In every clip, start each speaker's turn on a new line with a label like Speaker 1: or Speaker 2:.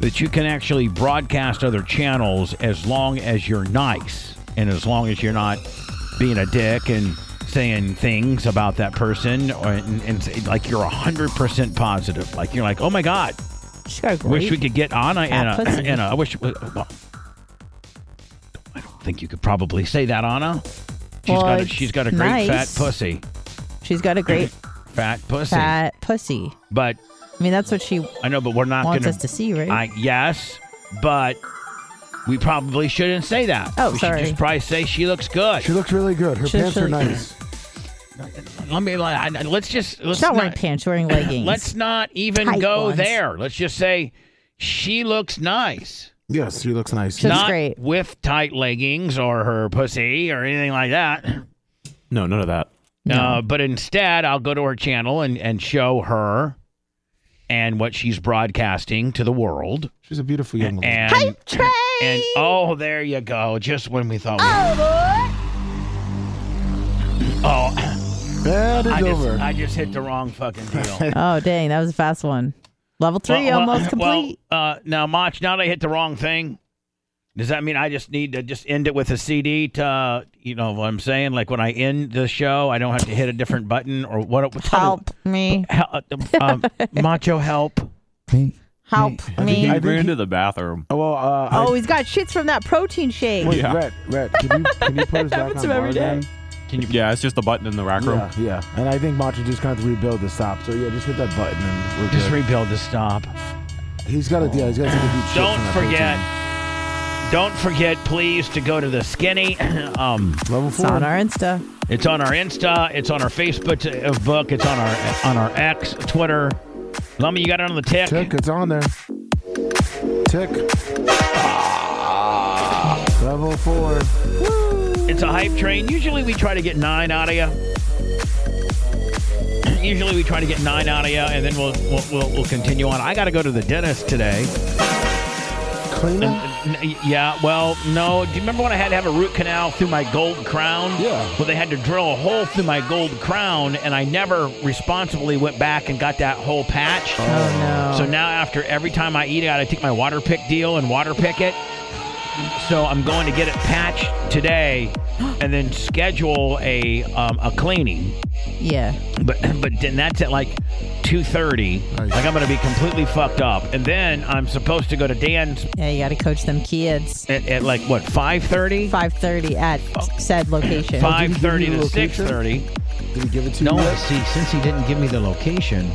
Speaker 1: that you can actually broadcast other channels as long as you're nice and as long as you're not being a dick and saying things about that person or, and, and say, like you're 100% positive like you're like oh my god
Speaker 2: She's got a great.
Speaker 1: Wish we could get Anna in
Speaker 2: Fat
Speaker 1: a,
Speaker 2: pussy.
Speaker 1: in a. I wish. uh, Well, I don't think you could probably say that, Anna. She's
Speaker 2: Well,
Speaker 1: got a,
Speaker 2: it's
Speaker 1: she's got a great
Speaker 2: nice.
Speaker 1: fat pussy.
Speaker 2: She's got a great
Speaker 1: Fat pussy.
Speaker 2: fat pussy.
Speaker 1: But
Speaker 2: I mean, that's what she
Speaker 1: I know, but we're not
Speaker 2: wants
Speaker 1: gonna.
Speaker 2: us to see, right?
Speaker 1: I yes, but we probably shouldn't say that.
Speaker 2: Oh,
Speaker 1: we
Speaker 2: sorry.
Speaker 1: Should just probably say she looks good.
Speaker 3: She looks really good. Her
Speaker 2: She looks
Speaker 3: pants are
Speaker 2: really good.
Speaker 3: nice.
Speaker 1: Let me. I- I- Let's just. Let's
Speaker 2: She's not
Speaker 1: not-
Speaker 2: wearing pants. She's wearing leggings.
Speaker 1: Let's not even
Speaker 2: Tight
Speaker 1: go
Speaker 2: ones.
Speaker 1: there. Let's just say she looks nice.
Speaker 3: Yes, she looks nice.
Speaker 2: She looks
Speaker 1: not
Speaker 2: great.
Speaker 1: with tight leggings or her pussy or anything like that.
Speaker 4: No, none of that.
Speaker 1: Uh, but instead, I'll go to her channel and, and show her and what she's broadcasting to the world.
Speaker 3: She's a beautiful young lady.
Speaker 1: And, and oh, there you go. Just when we thought. Oh, oh
Speaker 3: Bad is
Speaker 1: I, just,
Speaker 3: over.
Speaker 1: I just hit the wrong fucking deal.
Speaker 2: Oh dang, that was a fast one. Level three,
Speaker 1: Well, well,
Speaker 2: almost complete.
Speaker 1: Well, uh, now, Mach, now that I hit the wrong thing, does that mean I just need to just end it with a CD to, uh, you know what I'm saying? Like when I end the show, I don't have to hit a different button or what? what- how do-
Speaker 2: help me,
Speaker 1: hel- uh, um, macho help.
Speaker 2: help me.
Speaker 4: He
Speaker 3: I think
Speaker 4: ran
Speaker 3: he-
Speaker 4: to the bathroom.
Speaker 3: oh, well, uh, I-
Speaker 2: oh, he's got shits from that protein shake.
Speaker 3: wait,
Speaker 4: Yeah.
Speaker 3: Rhett, Rhett, can you, can you put us back
Speaker 2: Happens to
Speaker 3: on
Speaker 2: him
Speaker 3: bar
Speaker 2: every day.
Speaker 3: again?
Speaker 4: Can you? Yeah, it's just the button in the rack room.
Speaker 3: Yeah, yeah. And I think Macho just kind of rebuild the stop. So yeah, just hit that button and we're
Speaker 1: Just
Speaker 3: good.
Speaker 1: rebuild the stop.
Speaker 3: he's got to, yeah, he's got to take a deep shit
Speaker 1: Don't
Speaker 3: from that
Speaker 1: forget. Don't forget, please, to go to the skinny. um,
Speaker 3: protein. Level
Speaker 2: It's on
Speaker 3: four.
Speaker 2: our Insta.
Speaker 1: It's on our Insta. It's on our Facebook uh, book. It's on our on our X, Twitter. Lummy, you got it on the tick.
Speaker 3: Tick, it's on there. Tick. Level four.
Speaker 1: It's a hype train. Usually we try to get nine out of you. Usually we try to get nine out of you, and then we'll we'll, we'll, we'll continue on. I got to go to the dentist today.
Speaker 3: Cleaner?
Speaker 1: N- n- Yeah, well, no. Do you remember when I had to have a root canal through my gold crown?
Speaker 3: Yeah.
Speaker 1: Well, they had to drill a hole through my gold crown, and I never responsibly went back and got that whole patch.
Speaker 2: Oh, no.
Speaker 1: So now, after every time I eat out, I take my water pick deal and water pick it. So I'm going to get it patched today, and then schedule a um, a cleaning.
Speaker 2: yeah.
Speaker 1: But but then that's at like 2:30.
Speaker 3: Nice.
Speaker 1: Like I'm going to be completely fucked up, and then I'm supposed to go to Dan's
Speaker 2: Yeah, you got to coach them kids.
Speaker 1: at, at like what 5:30.
Speaker 2: 5:30 at said location.
Speaker 1: Five thirty
Speaker 3: you the
Speaker 1: to six
Speaker 3: location?
Speaker 1: thirty.
Speaker 3: Did he give it to
Speaker 5: No,
Speaker 3: you? Oh.
Speaker 5: but see,
Speaker 3: yet?
Speaker 5: since he didn't give me the location,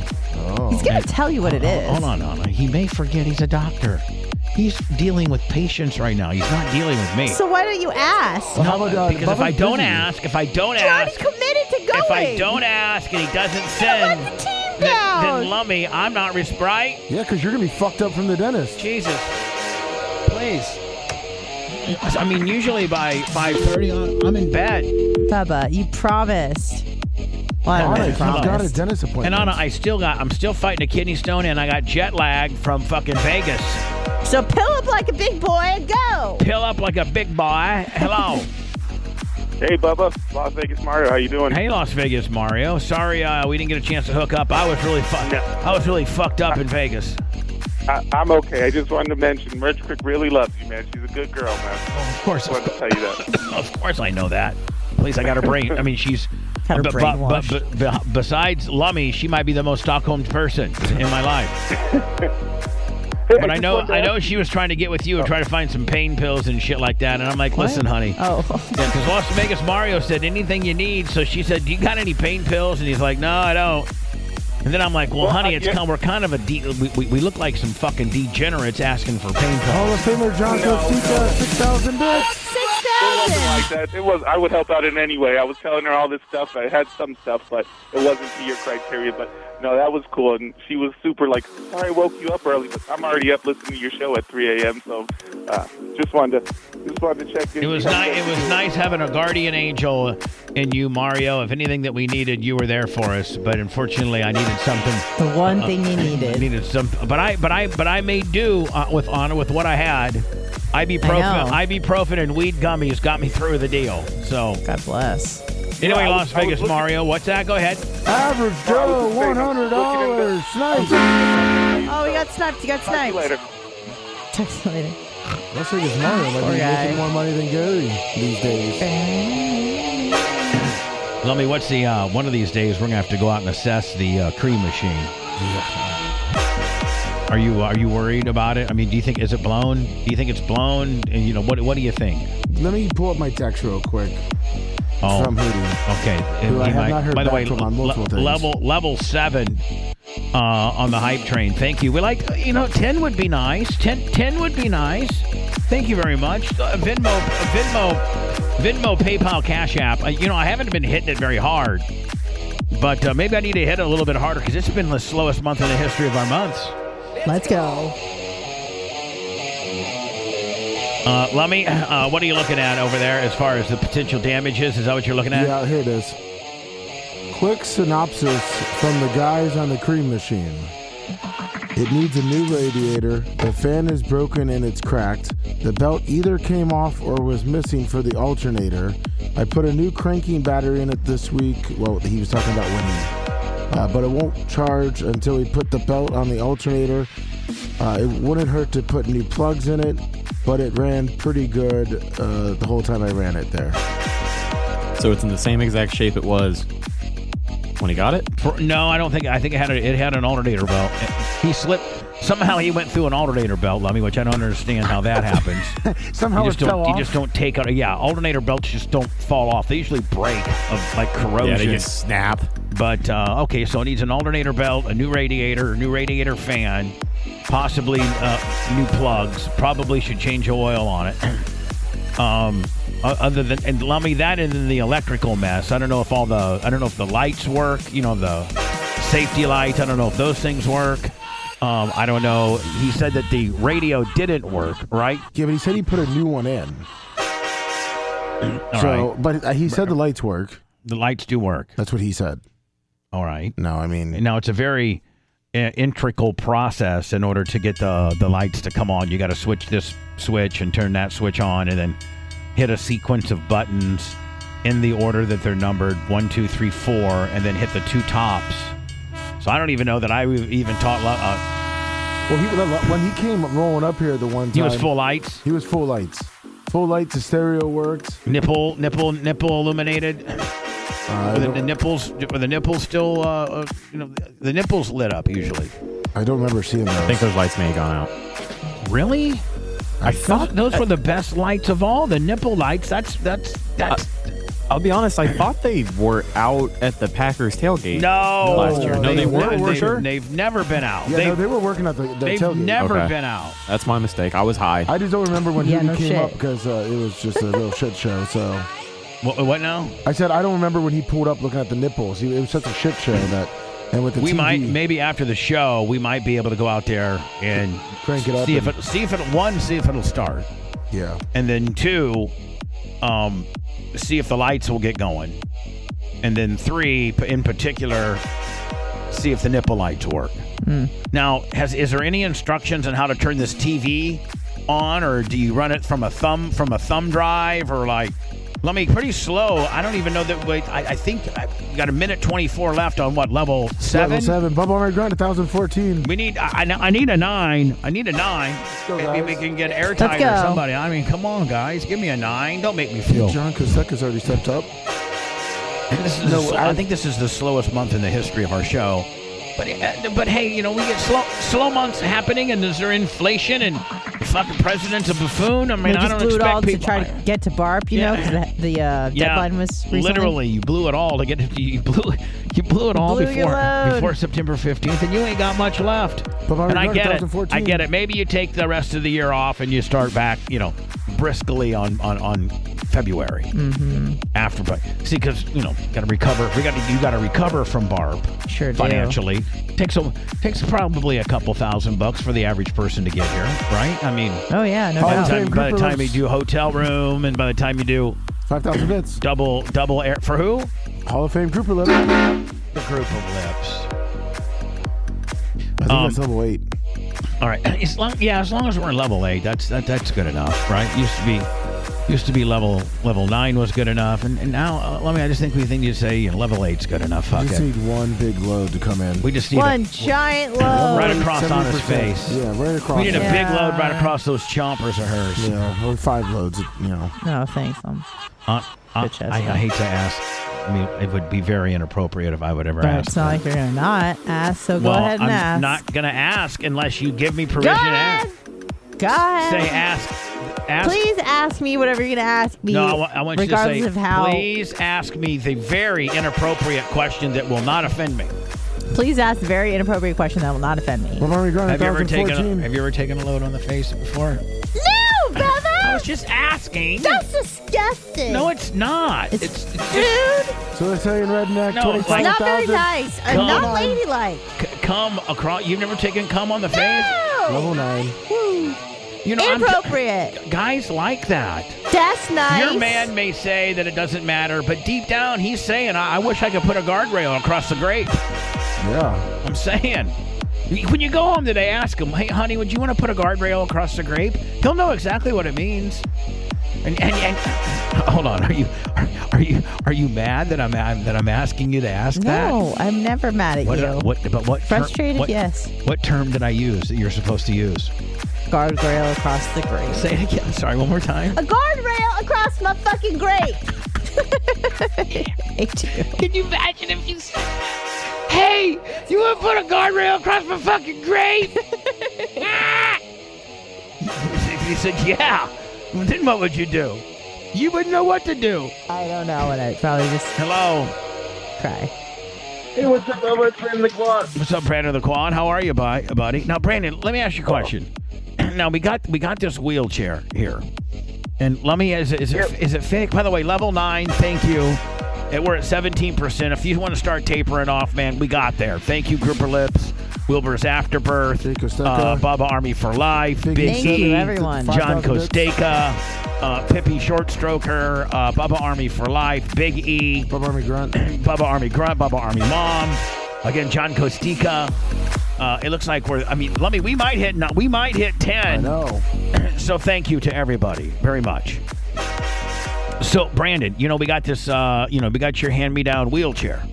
Speaker 2: He's gonna tell you what it is.
Speaker 5: hold on, hold on. He may forget he's a doctor. He's dealing with patients right now. He's not dealing with me.
Speaker 2: So why don't you ask?
Speaker 3: How about, uh,
Speaker 1: Because if I
Speaker 3: Bubba's
Speaker 1: don't
Speaker 3: busy.
Speaker 1: ask, if I don't
Speaker 2: You're already
Speaker 1: ask,
Speaker 2: committed to going.
Speaker 1: if I don't ask, and he doesn't
Speaker 2: let
Speaker 1: send,
Speaker 2: the team
Speaker 1: then,
Speaker 2: down.
Speaker 1: then Lummy, I'm not res- right.
Speaker 3: Yeah, because you're going to be fucked up from the dentist.
Speaker 1: Jesus,
Speaker 5: please. I mean, usually by 5:30, I'm in bed.
Speaker 2: Bubba, you promised. Well, I don't know.
Speaker 3: Anna,
Speaker 2: if you
Speaker 3: you've got a
Speaker 2: promised.
Speaker 3: dentist
Speaker 1: and
Speaker 3: appointment.
Speaker 1: Anna, I still got, I'm still fighting a kidney stone, and I got jet lag from fucking Vegas.
Speaker 2: So pill up like a big boy and go.
Speaker 1: Pill up like a big boy. Hello,
Speaker 6: Hey, Bubba, Las Vegas Mario, how you doing?
Speaker 1: hey Las Vegas, Mario. Sorry, uh, we didn't get a chance to hook up. I was really fucked.
Speaker 6: No.
Speaker 1: I was really fucked up in Vegas.
Speaker 6: I, I'm okay. I just wanted to mention, Merch Crick really loves you, man. She's a good girl, man.
Speaker 5: Of course.
Speaker 6: Just wanted to tell you that.
Speaker 1: Of course, I know that. At least I got her brain. I mean, she's.
Speaker 2: Had her
Speaker 1: but- but- but-
Speaker 2: brainwashed.
Speaker 1: but- besides Lummy, she might be the most Stockholm person in my life. But I know, I know she was trying to get with you and try to find some pain pills and shit like that. And I'm like, listen, honey.
Speaker 2: Oh,
Speaker 1: Because Las Vegas Mario said anything you need. So she said, "Do you got any pain pills?" And he's like, "No, I don't." And then I'm like, "Well,
Speaker 6: Well,
Speaker 1: honey,
Speaker 6: I
Speaker 1: it's
Speaker 6: get-
Speaker 1: kind. We're kind of a de- we, we, we look like some fucking degenerates asking for pain
Speaker 2: Oh,
Speaker 1: pills."
Speaker 3: Hall of Famer John
Speaker 6: No.
Speaker 3: Costico, 6,000 bucks.
Speaker 2: six
Speaker 6: It wasn't
Speaker 2: thousand.
Speaker 6: like that. It was. I would help out in any way. I was telling her all this stuff. I had some stuff, but it wasn't to your criteria. But no, that was cool. And she was super like, sorry, I woke you up early, but I'm already up listening to your show at 3 a.m. So uh, just wanted to, just wanted to check in.
Speaker 1: It was nice. It was nice having a guardian angel in you, Mario. If anything that we needed, you were there for us. But unfortunately, I needed something.
Speaker 2: The one thing
Speaker 1: Uh,
Speaker 2: you
Speaker 1: I
Speaker 2: needed.
Speaker 1: needed some. But I, but I, but I made do uh, with honor with what I had. Ibuprofen,
Speaker 2: I
Speaker 1: ibuprofen, and weed gummies got me through the deal. So
Speaker 2: God bless.
Speaker 1: anyway,
Speaker 6: I was- I
Speaker 1: Las
Speaker 6: was
Speaker 1: Vegas,
Speaker 6: looking-
Speaker 1: Mario. What's that? Go ahead.
Speaker 3: Average
Speaker 6: Well, I was
Speaker 3: Joe,
Speaker 6: just saying, I'm
Speaker 3: $100. Nice.
Speaker 2: Oh, we got sniped. You got
Speaker 6: Talk to
Speaker 2: sniped.
Speaker 6: you later.
Speaker 2: Text you later.
Speaker 3: Las Vegas Mario might
Speaker 2: Poor
Speaker 3: be
Speaker 2: guy.
Speaker 3: making more money than Gary these days.
Speaker 1: Lummy, what's the uh, one of these days we're gonna have to go out and assess the uh, cream machine? Are you are you worried about it? I mean, do you think is it blown? Do you think it's blown? And you know what what do you think?
Speaker 3: Let me pull up my text real quick
Speaker 1: Oh,
Speaker 3: from Hootie.
Speaker 1: okay.
Speaker 3: Who I
Speaker 1: And
Speaker 3: have not heard
Speaker 1: by the
Speaker 3: back
Speaker 1: way,
Speaker 3: from on multiple things.
Speaker 1: level level seven uh, on the hype train. Thank you. We like you know ten would be nice. 10, 10 would be nice. Thank you very much. Uh, Venmo Venmo Venmo PayPal Cash App. Uh, you know I haven't been hitting it very hard, but uh, maybe I need to hit it a little bit harder because it's been the slowest month in the history of our months.
Speaker 2: Let's go.
Speaker 1: Uh, Lummy, uh, what are you looking at over there as far as the potential damages? Is that what you're looking at?
Speaker 3: Yeah, here it is. Quick synopsis from the guys on the cream machine. It needs a new radiator. The fan is broken and it's cracked. The belt either came off or was missing for the alternator. I put a new cranking battery in it this week. Well, he was talking about winning. Uh, but it won't charge until we put the belt on the alternator. Uh, it wouldn't hurt to put new plugs in it, but it ran pretty good uh, the whole time I ran it there.
Speaker 4: So it's in the same exact shape it was when he got it.
Speaker 1: For- No, I don't think. I think it had a, it had an alternator belt. He slipped. Somehow he went through an alternator belt, Lummy, which I don't understand how that happens.
Speaker 3: Somehow
Speaker 1: you
Speaker 3: it
Speaker 1: just don't.
Speaker 3: fell off.
Speaker 1: You just don't take out. Yeah, alternator belts just don't fall off. They usually break of like
Speaker 4: Yeah,
Speaker 1: corrosion.
Speaker 4: they just snap.
Speaker 1: but uh, okay, so it needs an alternator belt, a new radiator, a new radiator fan, possibly uh, new plugs. Probably should change the oil on it. Um, o- other than and Lummy, that and then the electrical mess. I don't know if all the I don't know if the lights work. You know the safety lights. I don't know if those things work. Um, I don't know. He said that the radio didn't work, right?
Speaker 3: Yeah, but he said he put a new one in.
Speaker 1: All
Speaker 3: so,
Speaker 1: right.
Speaker 3: but uh, he said the lights work.
Speaker 1: The lights do work.
Speaker 3: That's what he said.
Speaker 1: All right.
Speaker 3: No, I mean,
Speaker 1: Now it's a very uh, integral process in order to get the the lights to come on. You got to switch this switch and turn that switch on, and then hit a sequence of buttons in the order that they're numbered one, two, three, four, and then hit the two tops. So I don't even know that I even taught. lo- Uh,
Speaker 3: well, he, when he came rolling up here the one time,
Speaker 1: he was full lights,
Speaker 3: He was full lights, full lights. The stereo works.
Speaker 1: nipple, nipple, nipple illuminated.
Speaker 3: Uh, I,
Speaker 1: Were the, the
Speaker 3: don't,
Speaker 1: nipples? Were the nipples still? Uh, uh, you know, the- the nipples lit up usually.
Speaker 3: I don't remember seeing
Speaker 4: I think
Speaker 3: those.
Speaker 4: those lights may have gone out.
Speaker 1: Really?
Speaker 3: I
Speaker 1: Those, those were the best lights of all. The nipple lights. That's that's that's.
Speaker 4: I'll be honest, I thought they were out at the Packers tailgate.
Speaker 1: No,
Speaker 4: Last year. No, they weren't,
Speaker 1: They've,
Speaker 4: for sure?
Speaker 1: they've never been out.
Speaker 3: Yeah,
Speaker 1: they've
Speaker 3: no, they were working at the, the
Speaker 1: they've
Speaker 3: tailgate.
Speaker 1: never
Speaker 4: Okay.
Speaker 1: been out.
Speaker 4: That's my mistake. I was high.
Speaker 3: I just don't remember when
Speaker 2: Yeah,
Speaker 3: Hootie
Speaker 2: no
Speaker 3: came
Speaker 2: shit.
Speaker 3: up because uh, it was just a real shit show. So
Speaker 1: What, what now?
Speaker 3: I said I don't remember when he pulled up looking at the nipples. He, it was such a shit show that, and with the
Speaker 1: We
Speaker 3: TV,
Speaker 1: might maybe after the show we might be able to go out there and
Speaker 3: Crank it up
Speaker 1: See if
Speaker 3: and-
Speaker 1: it see if it one see if it'll start
Speaker 3: yeah.
Speaker 1: and then two, um, see if the lights will get going, and then three p- in particular, see if the nipple lights work. Now, has is there any instructions on how to turn this TV on, or do you run it from a thumb from a thumb drive, or like? Let me pretty slow. I don't even know that. Wait, I, I think I you got a minute twenty four left on what level seven?
Speaker 3: Level seven, Bubba Underground, 2014.
Speaker 1: We need. I, I I need a nine. I need a nine.
Speaker 3: go,
Speaker 1: Maybe
Speaker 3: guys.
Speaker 1: we can get airtight
Speaker 2: go.
Speaker 1: or somebody. I mean, come on, guys, give me a nine. Don't make me feel.
Speaker 3: John Kosecka's already stepped up.
Speaker 1: This is
Speaker 3: No,
Speaker 1: the sl-
Speaker 3: I-
Speaker 1: I think this is the slowest month in the history of our show. But uh, but hey, you know we get slow slow months happening, and is there inflation and the fucking president's a buffoon? I mean,
Speaker 2: we
Speaker 1: I
Speaker 2: just
Speaker 1: don't
Speaker 2: blew it
Speaker 1: expect
Speaker 2: all
Speaker 1: people.
Speaker 2: to try to get to Barb, you know,
Speaker 1: Yeah.
Speaker 2: 'cause the, the uh,
Speaker 1: yeah,
Speaker 2: deadline was recently.
Speaker 1: literally you blew it all to get you blew you blew it all
Speaker 2: blew your
Speaker 1: before
Speaker 2: load.
Speaker 1: before September fifteenth, and you ain't got much left.
Speaker 3: But I
Speaker 1: and I
Speaker 3: regret
Speaker 1: get it.
Speaker 3: 2014.
Speaker 1: I get it. Maybe you take the rest of the year off and you start back, you know, briskly on on on February
Speaker 2: Mm-hmm.
Speaker 1: after. But see, because you know, got to recover. We got to you got to recover from Barb
Speaker 2: Sure do.
Speaker 1: financially. Takes a takes probably a couple thousand bucks for the average person to get here, right? I mean.
Speaker 2: Oh, yeah, no
Speaker 3: Oh,
Speaker 1: By the,
Speaker 2: doubt.
Speaker 3: okay.
Speaker 1: time, by the
Speaker 3: Group
Speaker 1: time you
Speaker 3: rooms.
Speaker 1: do hotel room, and by the time you do
Speaker 3: 5,000 bits.
Speaker 1: double double air for who?
Speaker 3: Hall of Fame grouper level. I
Speaker 1: The group of lips.
Speaker 3: think
Speaker 1: Um,
Speaker 3: that's level eight.
Speaker 1: All right. As long, yeah, as long as we're in level eight, that's that, that's good enough, right? Used to be, used to be level level nine was good enough, and, and now uh, let me. I just think we think you say you know, level eight's good enough.
Speaker 3: You
Speaker 1: Fuck
Speaker 3: just
Speaker 1: it.
Speaker 3: need one big load to come in.
Speaker 1: We just need
Speaker 2: One
Speaker 1: a,
Speaker 2: giant load.
Speaker 1: right across on his
Speaker 3: 70%.
Speaker 1: face.
Speaker 3: Yeah, right across.
Speaker 1: We need a
Speaker 2: Yeah.
Speaker 1: big load right across those chompers of hers.
Speaker 3: Yeah, or five loads, you know.
Speaker 2: No, thanks. Um,
Speaker 1: Uh, uh,
Speaker 2: Bitch ass
Speaker 1: I, I
Speaker 2: man.
Speaker 1: hate to ask. I mean, it would be very inappropriate if I would ever
Speaker 2: don't-
Speaker 1: ask.
Speaker 2: it's not like you're going to not ask, so go
Speaker 1: well,
Speaker 2: ahead and
Speaker 1: I'm
Speaker 2: ask.
Speaker 1: not gonna ask unless you give me
Speaker 2: go
Speaker 1: permission to
Speaker 2: ahead.
Speaker 1: ask.
Speaker 2: Go ahead.
Speaker 1: Say ask. Ask
Speaker 2: Please ask me whatever you're going to ask me,
Speaker 1: No, I, wa- I want you to
Speaker 2: regardless
Speaker 1: say,
Speaker 2: of how.
Speaker 1: please ask me the very inappropriate question that will not offend me.
Speaker 2: Please ask a very inappropriate question that will not offend me.
Speaker 3: Well, Marvin Grant,
Speaker 1: Have you ever taken a,
Speaker 3: 2014.
Speaker 1: Have you ever taken a load on the face before? I
Speaker 2: No, Bubba!
Speaker 1: was just asking.
Speaker 2: That's disgusting.
Speaker 1: No, it's not. It's,
Speaker 2: It's-
Speaker 1: it's just
Speaker 2: Dude,
Speaker 3: so Italian redneck,
Speaker 1: No, it's like-
Speaker 2: not very
Speaker 3: 25,000.
Speaker 2: nice. and
Speaker 1: Come
Speaker 2: not
Speaker 1: on.
Speaker 2: ladylike.
Speaker 1: c- cum across. You've never taken cum on the face.
Speaker 2: No!
Speaker 3: Level nine.
Speaker 2: Woo.
Speaker 1: You know, I'm t-
Speaker 2: Inappropriate.
Speaker 1: guys like that.
Speaker 2: That's nice.
Speaker 1: Your man may say that it doesn't matter, but deep down he's saying, "I, I wish I could put a guardrail across the grate."
Speaker 3: Yeah.
Speaker 1: I'm saying. When you go home today, ask him, hey, honey, would you want to put a guardrail across the grape? He'll know exactly what it means. And, and, and hold on, are you are, are you are you mad that I'm, I'm that I'm asking you to ask that?
Speaker 2: No, I'm never mad at
Speaker 1: What, uh,
Speaker 2: you.
Speaker 1: what but what term-
Speaker 2: Frustrated,
Speaker 1: what-
Speaker 2: yes.
Speaker 1: What term did I use that you're supposed to use?
Speaker 2: Guardrail across the grate.
Speaker 1: Say it again. Sorry, one more time.
Speaker 2: A guardrail across my fucking grate. I do.
Speaker 1: Can you imagine if you said, "Hey, you want to put a guardrail across my fucking grave?" Ah! if you said, "Yeah," then what would you do? You wouldn't know what to do.
Speaker 2: I don't know, and I'd probably just
Speaker 1: Hello,
Speaker 2: cry.
Speaker 6: Hey, what's up, Bubba? It's Brandon the Glock.
Speaker 1: what's up, Brandon the Quan? How are you, bi- buddy? Now, Brandon, let me ask you a question. Now we got we got this wheelchair here, and let me is it, is, it, is it fake? By the way, level nine. Thank you. And we're at seventeen percent. If you want to start tapering off, man, we got there. Thank you, Grouper Lips. Wilbur's Afterbirth,
Speaker 3: Big Costeca.
Speaker 1: uh, Baba Army for Life, Big,
Speaker 3: Thank
Speaker 1: E,
Speaker 2: you, everyone.
Speaker 1: John
Speaker 3: 5,000 bits.
Speaker 1: Costeca, uh, Pippi Shortstroker, uh, Baba Army for Life, Big E,
Speaker 3: Bob Army Grunt.
Speaker 1: Bubba Army Grunt, Bubba Army Mom. Again, John Costica. Uh, it looks like we're. I mean, Lummy, we might hit. no- We might hit
Speaker 3: I
Speaker 1: ten.
Speaker 3: know.
Speaker 1: So thank you to everybody very much. So Brandon, you know we got this. Uh, you know we got your hand-me-down wheelchair,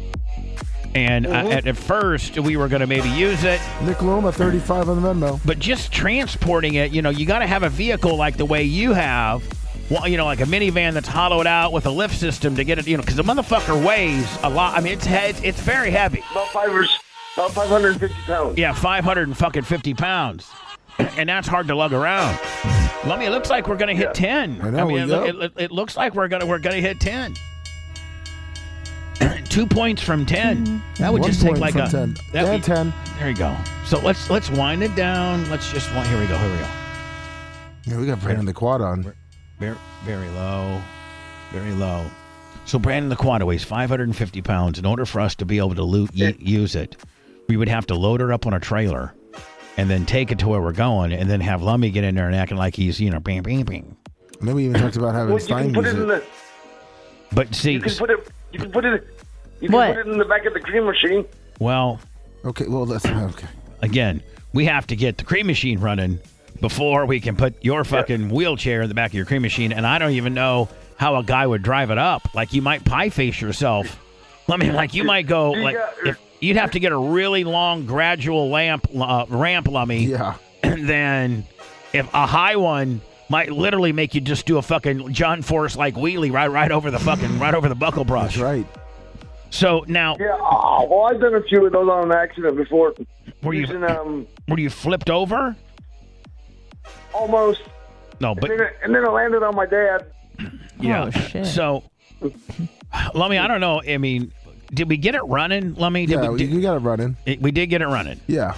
Speaker 1: and uh
Speaker 3: Mm-hmm.
Speaker 1: at, at first we were going to maybe use it,
Speaker 3: Nick Loma, 35 on the Venmo.
Speaker 1: but just transporting it, you know, you got to have a vehicle like the way you have. Well, you know, like a minivan that's hollowed out with a lift system to get it, you know, because the motherfucker weighs a lot. I mean, it's it's, it's very heavy.
Speaker 7: About five or s- about 550 pounds.
Speaker 1: Yeah, 500 and fucking 50 pounds. And that's hard to lug around. Lummy, it looks like we're gonna hit ten.
Speaker 3: I know,
Speaker 1: mean, it,
Speaker 3: yeah.
Speaker 1: loo- it, loo- it looks like we're gonna we're gonna hit ten. Two points from 10 That would
Speaker 3: One
Speaker 1: just take
Speaker 3: point
Speaker 1: like
Speaker 3: from
Speaker 1: a
Speaker 3: 10.
Speaker 1: that
Speaker 3: And
Speaker 1: would-
Speaker 3: 10.
Speaker 1: There you go. So let's let's wind it down. Let's just wind. Here we go. Here we go.
Speaker 3: Yeah, we got Brandon the quad on.
Speaker 1: Very, very low. Very low. So Brandon the Quad weighs 550 pounds. In order for us to be able to loot, y- use it, we would have to load her up on a trailer and then take it to where we're going and then have Lummy get in there and acting like he's, you know, bing, bing, bing.
Speaker 3: And then we even talked about having
Speaker 7: Well, you
Speaker 3: Stein
Speaker 7: can put
Speaker 3: use
Speaker 7: it in
Speaker 3: it.
Speaker 7: the
Speaker 1: But see,
Speaker 7: you can put it you can put it you can
Speaker 2: What?
Speaker 7: put it in the back of the cream machine.
Speaker 1: well,
Speaker 3: Okay, well, that's okay.
Speaker 1: again, we have to get the cream machine running before we can put your fucking wheelchair in the back of your cream machine. And I don't even know how a guy would drive it up. Like you might pie face yourself. I mean, like you might go like if, you'd have to get a really long gradual lamp uh, ramp lummy,
Speaker 3: Yeah.
Speaker 1: and then if a high one might literally make you just do a fucking John Force like wheelie right right over the fucking right over the buckle brush.
Speaker 3: That's right.
Speaker 1: So now
Speaker 7: Yeah, oh, well, I've done a few of those on an accident before.
Speaker 1: Were you-
Speaker 7: Using, um,
Speaker 1: were you flipped over?
Speaker 7: almost,
Speaker 1: No, but
Speaker 7: and then, and then I landed on my dad.
Speaker 1: Yeah.
Speaker 2: Oh, shit.
Speaker 1: So, Lummy, I don't know. I mean, did we get it running, Lummy? Did
Speaker 3: Yeah,
Speaker 1: we,
Speaker 3: we,
Speaker 1: did,
Speaker 3: you got it running.
Speaker 1: it- we did get it running.
Speaker 3: Yeah.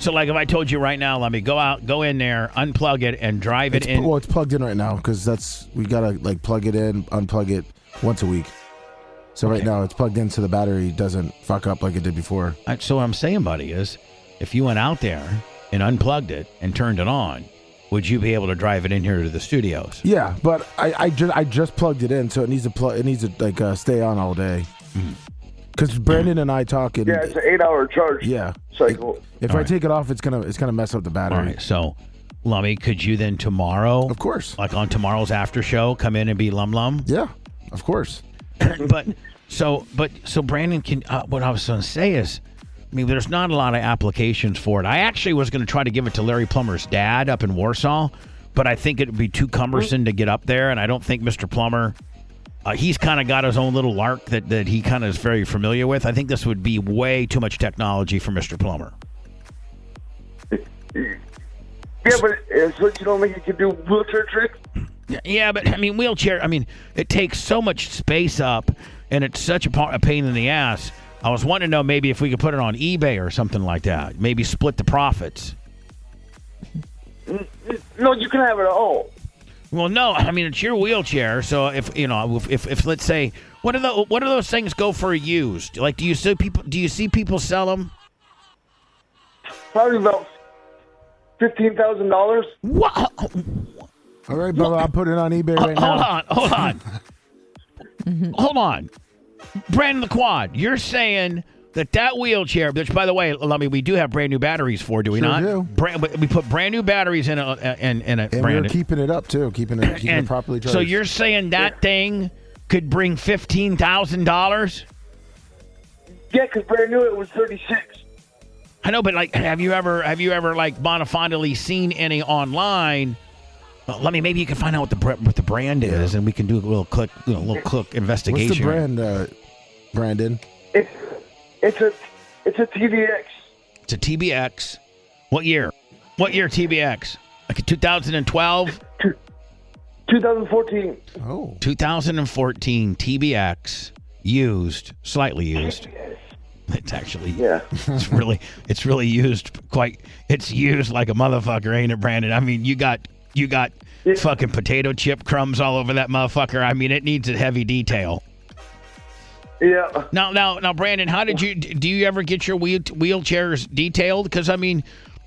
Speaker 1: So, like, if I told you right now, Lummy, go out, go in there, unplug it, and drive it
Speaker 3: It's,
Speaker 1: in.
Speaker 3: well, it's plugged in right now because that's we gotta like plug it in, unplug it once a week. So right now it's plugged in so the battery doesn't fuck up like it did before.
Speaker 1: Uh, So, what I'm saying, buddy, is if you went out there and unplugged it and turned it on, would you be able to drive it in here to the studios?
Speaker 3: Yeah, but I I just I just plugged it in, so it needs to plug. It needs to like uh, stay on all day.
Speaker 1: Mm-hmm.
Speaker 3: Because Brandon and I talking.
Speaker 7: Yeah, it's an eight-hour charge.
Speaker 3: yeah.
Speaker 7: Cycle.
Speaker 3: If I
Speaker 1: right.
Speaker 3: take it off, it's gonna it's gonna mess up the
Speaker 1: All
Speaker 3: battery.
Speaker 1: right. So, Lummy, could you then tomorrow,
Speaker 3: Of course.
Speaker 1: like on tomorrow's after show, come in and be Lum Lum?
Speaker 3: Yeah, of course.
Speaker 1: but so but so Brandon can uh, what I was going to say is I mean there's not a lot of applications for it. I actually was going to try to give it to Larry Plummer's dad up in Warsaw, but I think it would be too cumbersome to get up there and I don't think Mr. Plummer uh, he's kind of got his own little lark that, that he kind of is very familiar with. I think this would be way too much technology for Mr. Plummer.
Speaker 7: Yeah, but uh, so you don't think you can do wheelchair tricks?
Speaker 1: Yeah, but I mean, wheelchair. I mean, it takes so much space up, and it's such a, pa- a pain in the ass. I was wanting to know maybe if we could put it on eBay or something like that. Maybe split the profits.
Speaker 7: No, you can have it all.
Speaker 1: Well, no, I mean it's your wheelchair. So if you know, if, if, if let's say, what are the what are those things go for used? Like, do you see people? Do you see people sell them?
Speaker 7: Probably about fifteen thousand dollars.
Speaker 1: What?
Speaker 3: All right, Bubba, I'm putting it on eBay right now.
Speaker 1: Hold on, hold on, hold on. Brandon the Quad, you're saying that that wheelchair, which by the way, let me, we do have brand new batteries for, do we
Speaker 3: Sure
Speaker 1: not?
Speaker 3: do.
Speaker 1: Brand, we- we put brand new batteries in a in, in a
Speaker 3: And
Speaker 1: Brandon.
Speaker 3: we're keeping it up too, keeping it keeping it
Speaker 1: And
Speaker 3: properly charged.
Speaker 1: so you're saying that thing could bring fifteen thousand dollars?
Speaker 7: Yeah, because brand new it was thirty-six.
Speaker 1: I know, but like, have you ever have you ever like bonafide seen any online? Well, let me maybe you can find out what the br- what the brand is, and we can do a little click, you know, a little click investigation.
Speaker 3: What's the brand, uh, Brandon?
Speaker 7: It's it's a it's a TDX.
Speaker 1: to TBX. What year? What year TBX? Like 2012,
Speaker 7: 2014.
Speaker 3: Oh,
Speaker 1: 2014 TBX used, slightly used. It's actually
Speaker 7: Yeah.
Speaker 1: it's really it's really used quite it's used like a motherfucker, ain't it, Brandon? I mean, you got you got fucking potato chip crumbs all over that motherfucker. I mean, it needs a heavy detail.
Speaker 7: Yeah.
Speaker 1: Now, now, now, Brandon, how did you do? You ever get your wheel, wheelchairs detailed? Because I mean,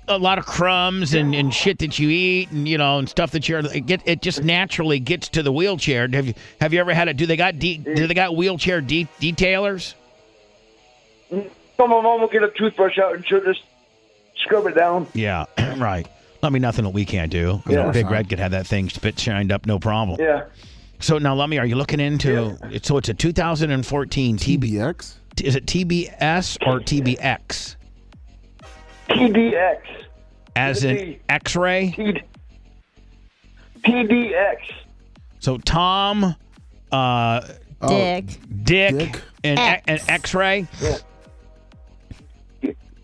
Speaker 1: a lot of crumbs and, and shit that you eat, and you know, and stuff that you're it get it just naturally gets to the wheelchair. Have you have you ever had it? Do they got de, do they got wheelchair de, detailers?
Speaker 7: So my mom will get a toothbrush out and she'll just scrub it down.
Speaker 1: Yeah, right. I mean, nothing that we can't do. You know,
Speaker 7: Yeah.
Speaker 1: Big Red could have that thing spit shined up, no problem.
Speaker 7: Yeah.
Speaker 1: So now, Lummy, are you looking into? So it's a 2014 TB.
Speaker 3: BX?
Speaker 1: Is it TBS or TBX?
Speaker 7: TDX.
Speaker 1: As in
Speaker 7: TBD.
Speaker 1: X-ray.
Speaker 7: TD- TDX.
Speaker 1: So Tom, uh,
Speaker 3: Oh,
Speaker 2: Oh. Dick.
Speaker 1: Dick,
Speaker 3: Dick.
Speaker 1: and
Speaker 2: X.
Speaker 1: and X-ray.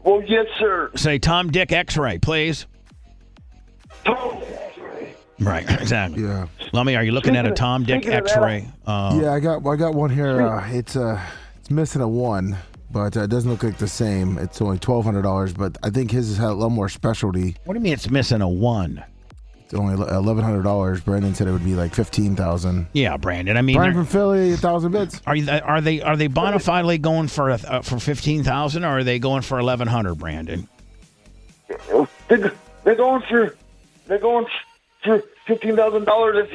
Speaker 7: Well, yes, sir.
Speaker 1: Say Tom, Dick, X-ray, please.
Speaker 7: Tom.
Speaker 1: Right, exactly.
Speaker 3: Yeah.
Speaker 1: Lummy, are you looking at a
Speaker 7: Speaking of-
Speaker 1: Tom, Dick,
Speaker 7: speaking of that,
Speaker 1: X-ray? Uh,
Speaker 3: Yeah, I got I got one here. Uh, it's uh it's missing a one, but uh, it doesn't look like the same. It's only twelve hundred dollars, but I think his has had a little more specialty.
Speaker 1: What do you mean it's missing a one?
Speaker 3: It's only eleven hundred dollars. Brandon said it would be like fifteen thousand.
Speaker 1: Yeah, Brandon. I mean,
Speaker 3: Brian
Speaker 1: they're-
Speaker 3: from Philly, a thousand bits.
Speaker 1: are you, are they are they bona fide going for a, uh, for fifteen thousand or are they going for eleven hundred, Brandon?
Speaker 7: They're, they're going for they're going for fifteen thousand dollars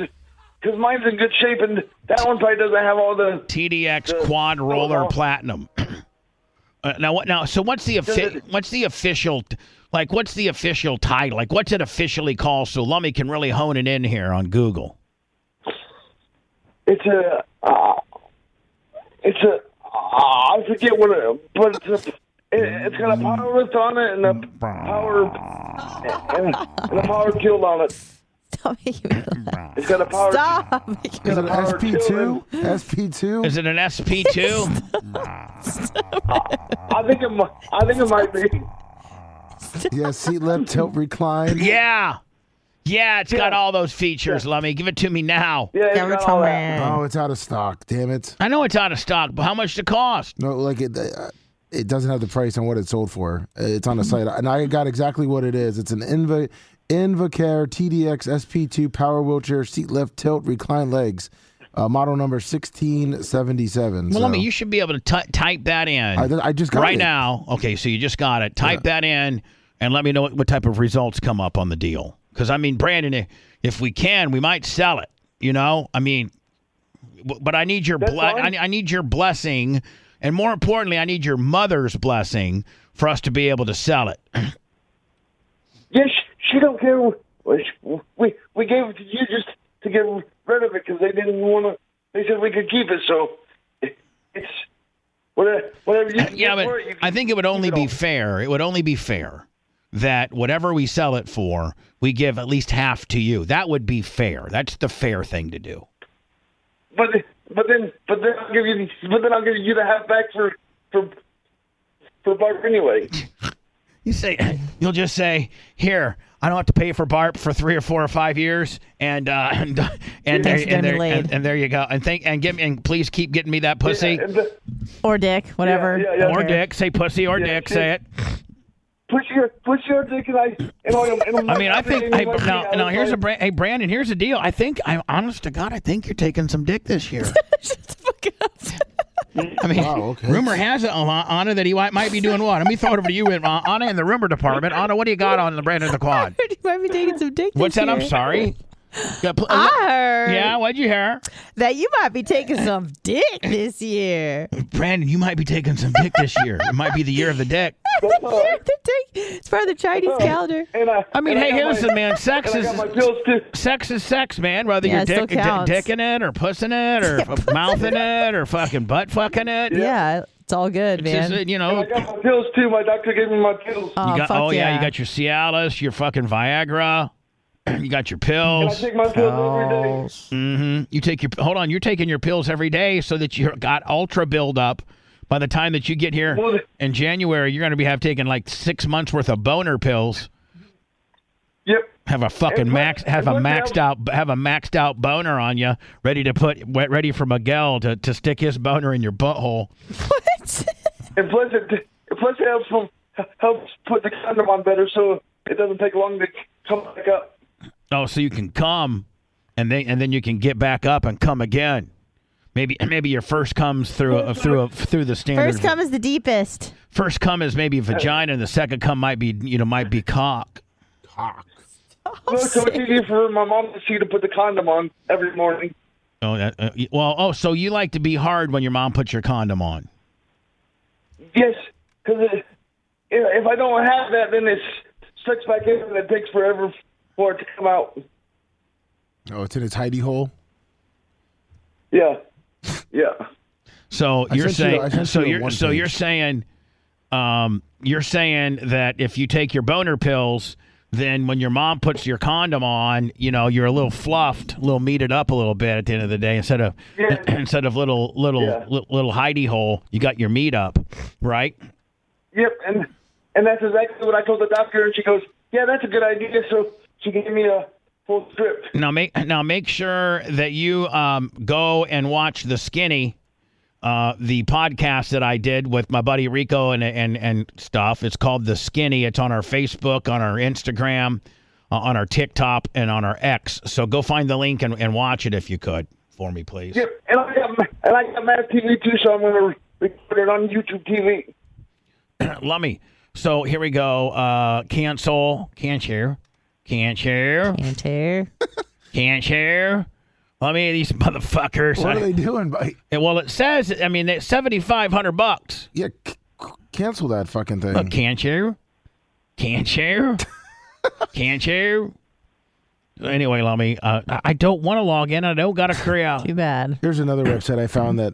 Speaker 7: because mine's in good shape and that one probably doesn't have all the.
Speaker 1: TDX
Speaker 7: The-
Speaker 1: Quad Roller
Speaker 7: oh, oh.
Speaker 1: Platinum. Uh, now what? Now so what's the offi-
Speaker 7: it-
Speaker 1: what's the official like? What's the official title? Like what's it officially called? So Lummy can really hone it in here on Google.
Speaker 7: It's a uh, it's a uh, I forget what it, but it's a it, it's got a power lift on it and a power and, and a power kill on it.
Speaker 2: Stop making me laugh.
Speaker 7: It's got a power.
Speaker 2: Stop making me
Speaker 3: Is it
Speaker 2: laugh.
Speaker 7: Power
Speaker 3: SP two? SP two?
Speaker 1: Is it an SP two?
Speaker 7: I think it mi- I think it might be.
Speaker 3: Yeah, seat lip tilt recline.
Speaker 1: yeah, yeah. It's got
Speaker 7: Yeah.
Speaker 1: all those features. Lummy, give it to me now.
Speaker 7: Yeah, it's
Speaker 2: Yeah, we're
Speaker 7: got all that.
Speaker 2: coming.
Speaker 3: Oh, it's out of stock. Damn it!
Speaker 1: I know it's out of stock, but how much to cost?
Speaker 3: No, like it. Uh, it doesn't have the price on what it sold for. Uh, It's on the
Speaker 1: Mm-hmm.
Speaker 3: site, and I got exactly what it is. It's an Inva Invacare TDX SP2 power wheelchair, seat lift, tilt, recline legs, uh, model number sixteen seventy seven.
Speaker 1: Well, Lummy, you should be able to ty- type that in.
Speaker 3: I, I just got
Speaker 1: right
Speaker 3: it.
Speaker 1: now. Okay, so you just got it. Type that in and let me know what, what type of results come up on the deal. Because I mean, Brandon, i- if we can, we might sell it. You know, I mean, w- but I need your ble- I,
Speaker 7: fine.
Speaker 1: I need your blessing, and more importantly, I need your mother's blessing for us to be able to sell it.
Speaker 7: Yes, she don't care. We we, we gave it to you just to get rid of it because they didn't want to. They said we could keep it, so it, it's whatever. Whatever you can
Speaker 1: yeah,
Speaker 7: get
Speaker 1: but
Speaker 7: for it, you can
Speaker 1: I think it would only
Speaker 7: keep
Speaker 1: be
Speaker 7: all.
Speaker 1: fair. It would only be fair that whatever we sell it for, we give at least half to you. That would be fair. That's the fair thing to do.
Speaker 7: But but then but then I'll give you the- but then I'll give you the half back for for for Barb anyway.
Speaker 1: You say you'll just say, "Here, I don't have to pay for Barb for three or four or five years," and uh, and and there,
Speaker 2: Thanks for getting
Speaker 1: and, there,
Speaker 2: me laid.
Speaker 1: and, and there you go. And thank and give me and please keep getting me that pussy
Speaker 7: And uh, the,
Speaker 2: Or Dick, whatever.
Speaker 7: Yeah, yeah, yeah.
Speaker 2: I don't
Speaker 1: or
Speaker 2: care.
Speaker 1: dick. Say pussy or dick.
Speaker 7: she-
Speaker 1: Say it.
Speaker 7: push your push your dick and I and I, and
Speaker 1: I mean, I think. Hey,
Speaker 7: like,
Speaker 1: now,
Speaker 7: yeah,
Speaker 1: now
Speaker 7: I
Speaker 1: here's a
Speaker 7: was like,
Speaker 1: brand. Hey, Brandon, here's the deal. I think I'm honest to God. I think you're taking some dick this year.
Speaker 2: Shut the fuck up.
Speaker 1: I mean,
Speaker 3: Wow, okay.
Speaker 1: rumor has it, Ala- Anna, that he might, might be doing what? Let me throw it over to you, and, uh, Anna, in the rumor department. Anna, what do you got on the Brandon the Quad?
Speaker 2: You might be taking some dick
Speaker 1: What's
Speaker 2: this
Speaker 1: that? I'm
Speaker 2: year.
Speaker 1: sorry. Yeah, pl- uh,
Speaker 2: I heard
Speaker 1: yeah, what'd you hear?
Speaker 2: that you might be taking some dick this year.
Speaker 1: Brandon, you might be taking some dick this year. It might be the year of the dick.
Speaker 2: The dick- it's part of the
Speaker 7: Oh.
Speaker 2: Chinese calendar.
Speaker 7: And I,
Speaker 1: I mean,
Speaker 7: and
Speaker 1: hey,
Speaker 7: got
Speaker 1: hey,
Speaker 7: my-
Speaker 1: listen, man, sex
Speaker 7: And I
Speaker 1: is
Speaker 7: got my pills too.
Speaker 1: sex is sex, man. Whether
Speaker 2: Yeah,
Speaker 1: you're
Speaker 2: it still
Speaker 1: dick, di-
Speaker 2: counts.
Speaker 1: dicking it or pussing it or f- mouthing it or fucking butt fucking it.
Speaker 2: Yeah, it's all good, man.
Speaker 1: Just, uh, you
Speaker 7: I
Speaker 1: know.
Speaker 7: got my pills too. My doctor gave me my pills.
Speaker 2: oh,
Speaker 1: you got,
Speaker 2: fuck
Speaker 1: oh
Speaker 2: yeah.
Speaker 1: yeah, you got your Cialis, your fucking Viagra, you got your
Speaker 7: And I
Speaker 1: pills.
Speaker 7: take my pills every day.
Speaker 1: Mm-hmm. You take your hold on. You're taking your pills every day so that you got ultra buildup. By the time that you get here
Speaker 7: Well, the-
Speaker 1: in January, you're going to be have taken like six months worth of boner pills.
Speaker 7: Yep.
Speaker 1: Have a fucking
Speaker 7: And what-
Speaker 1: max. Have
Speaker 7: and
Speaker 1: a
Speaker 7: what
Speaker 1: maxed out. Have a maxed out boner on you, ready to put. wet- Ready for Miguel to, to stick his boner in your butthole.
Speaker 2: what?
Speaker 7: And plus it, plus it helps from, helps put the condom on better, so it doesn't take long to come back up.
Speaker 1: Oh, so you can come, and then and then you can get back up and come again. Maybe maybe your first comes through a, through a, through the standard.
Speaker 2: First come is the deepest.
Speaker 1: First come is maybe vagina, and the second come might be you know might be cock.
Speaker 2: Oh,
Speaker 7: No, so it's easy for my mom to see to put the condom on every morning.
Speaker 1: Oh, that, uh, y- well, oh, so you like to be hard when your mom puts your condom on.
Speaker 7: Yes, because if if I don't have that, then it's sucks back in and it takes forever for it to come out.
Speaker 3: Oh, it's in its hidey hole.
Speaker 7: Yeah, yeah.
Speaker 1: So
Speaker 3: I
Speaker 1: you're
Speaker 3: sent you-
Speaker 1: saying
Speaker 3: I sent
Speaker 1: so
Speaker 3: you a
Speaker 1: you're
Speaker 3: one
Speaker 1: so you're
Speaker 3: page.
Speaker 1: saying um, you're saying that if you take your boner pills, then when your mom puts your condom on, you know you're a little fluffed, a little meated up a little bit at the end of the day instead of
Speaker 7: Yeah.
Speaker 1: instead of little little
Speaker 7: Yeah.
Speaker 1: li- little hidey hole, you got your meat up, right?
Speaker 7: Yep, and and that's exactly what I told the doctor, and she goes, "Yeah, that's a good idea." So she gave me a full script.
Speaker 1: Now make now make sure that you um, go and watch the skinny, uh, the podcast that I did with my buddy Rico and and and stuff. It's called the skinny. It's on our Facebook, on our Instagram, uh, on our TikTok, and on our X. So go find the link and, and watch it if you could for me, please.
Speaker 7: Yep, and I got Ma- and I got Mad TV too, so I'm gonna record it on YouTube TV.
Speaker 1: Lummy. So here we go. Uh, cancel. Can't share. Can't share.
Speaker 2: And tear.
Speaker 1: Can't share. Lummy, these motherfuckers. I-
Speaker 3: What are they doing? By
Speaker 1: And well, it says, I mean, it's seventy five hundred bucks.
Speaker 3: yeah, c- c- cancel that fucking thing.
Speaker 1: Look, can't you? Can't you? can't you? Anyway, Lummy, uh, I- I don't want to log in. I don't got a career. All
Speaker 2: Too bad.
Speaker 3: Here's another website I found that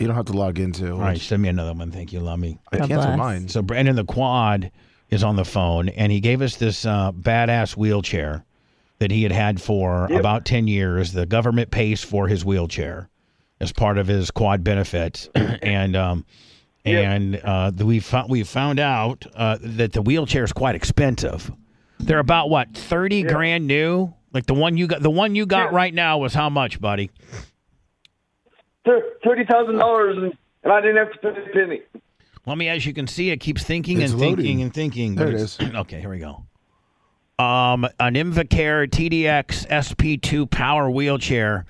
Speaker 3: you don't have to log into. All
Speaker 1: right, send me another one. Thank you, Lummy.
Speaker 3: I
Speaker 2: God
Speaker 3: canceled
Speaker 2: bless.
Speaker 3: mine.
Speaker 1: So Brandon the Quad is on the phone, and he gave us this uh, badass wheelchair that he had had for about ten years. The government pays for his wheelchair as part of his quad benefits, and um, and uh, the, we found we found out uh, that the wheelchair is quite expensive. They're about what thirty grand new. Like the one you got, the one you got
Speaker 7: Yeah.
Speaker 1: right now was how much, buddy?
Speaker 7: Thir- Thirty thousand dollars, and and I didn't have to pay a penny.
Speaker 1: Let me, as you can see, it keeps thinking
Speaker 3: It's
Speaker 1: and
Speaker 3: loading.
Speaker 1: thinking and thinking.
Speaker 3: There
Speaker 1: but
Speaker 3: it
Speaker 1: it's- okay, here we go. Um, an Invacare TDX SP2 power wheelchair.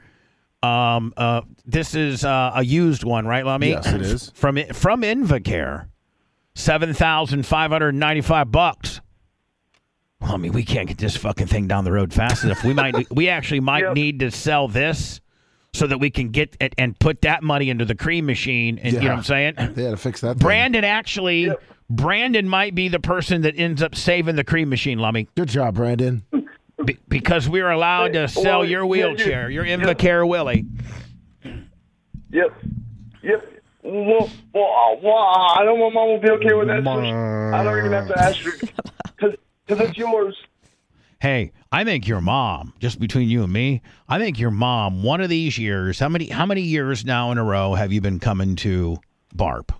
Speaker 1: Um, uh, this is uh, a used one, right, Lummy?
Speaker 3: Yes, it is.
Speaker 1: from from Invacare, seven thousand five hundred ninety-five bucks. Lummy, we can't get this fucking thing down the road fast enough. We might, we actually might
Speaker 7: Yep.
Speaker 1: need to sell this so that we can get it and put that money into the cream machine. And you know
Speaker 3: Yeah.
Speaker 1: what I'm saying?
Speaker 3: They had to fix that. thing.
Speaker 1: Brandon actually, Brandon might be the person that ends up saving the cream machine, Lummy,
Speaker 3: Good job, Brandon.
Speaker 1: be- because we're allowed to sell
Speaker 7: well,
Speaker 1: your
Speaker 7: yeah, you-
Speaker 1: wheelchair, your
Speaker 7: yeah.
Speaker 1: Invacare Willie.
Speaker 7: Yep, yep. Well, well, uh, well, uh, I know my mom will be okay with that. So she- I don't even have to ask her because it's yours.
Speaker 1: Hey, I think your mom, just between you and me, I think your mom, one of these years, how many how many years now in a row have you been coming to BARP?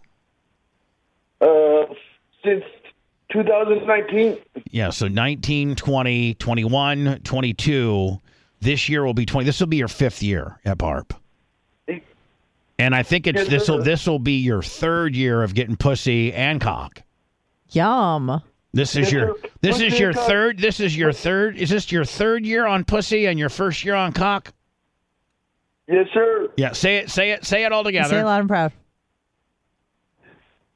Speaker 7: Uh, since 2019.
Speaker 1: Yeah, so 19, 20, 21, 22. This year will be 20. This will be your fifth year at BARP. And I think it's
Speaker 7: Yes,
Speaker 1: this will
Speaker 7: sir.
Speaker 1: this will be your third year of getting pussy and cock.
Speaker 2: Yum.
Speaker 1: This is your
Speaker 7: sir.
Speaker 1: this
Speaker 7: Pussy
Speaker 1: is
Speaker 7: and
Speaker 1: your
Speaker 7: cock.
Speaker 1: third this is your third is this your third year on pussy and your first year on cock?
Speaker 7: Yes, sir.
Speaker 1: Yeah, say it say it say it all
Speaker 2: Say it
Speaker 1: together.
Speaker 2: loud and proud.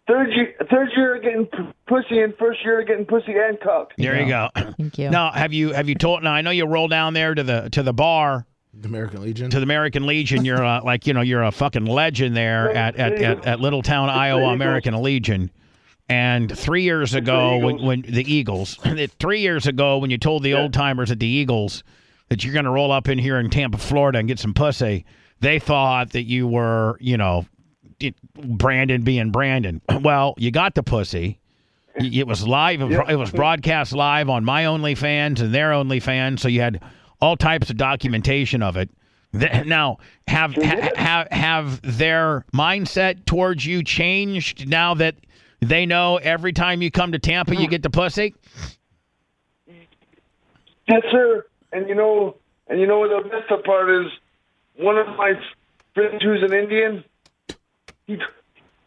Speaker 7: Third year, third year getting p- pussy, and first year getting pussy and cock.
Speaker 1: There you go.
Speaker 2: Thank you.
Speaker 1: Now, have you have you told now I know you roll down there to the to the bar
Speaker 3: The American Legion.
Speaker 1: to the American Legion. You're uh, like you know you're a fucking legend there at at, at, at Little Town Iowa American Legion. And three years ago, when, when the Eagles, three years ago, when you told the old timers at the Eagles that you're going to roll up in here in Tampa, Florida, and get some pussy, they thought that you were, you know, it, Brandon being Brandon. Well, you got the pussy. Y- It was live. It was broadcast live on my OnlyFans and their OnlyFans. So you had all types of documentation of it. Th- Now, have ha- have have their mindset towards you changed now that they know every time you come to Tampa you get the pussy?
Speaker 7: Yes, sir. And you know, and you know what the best part is? One of my friends who's an Indian, he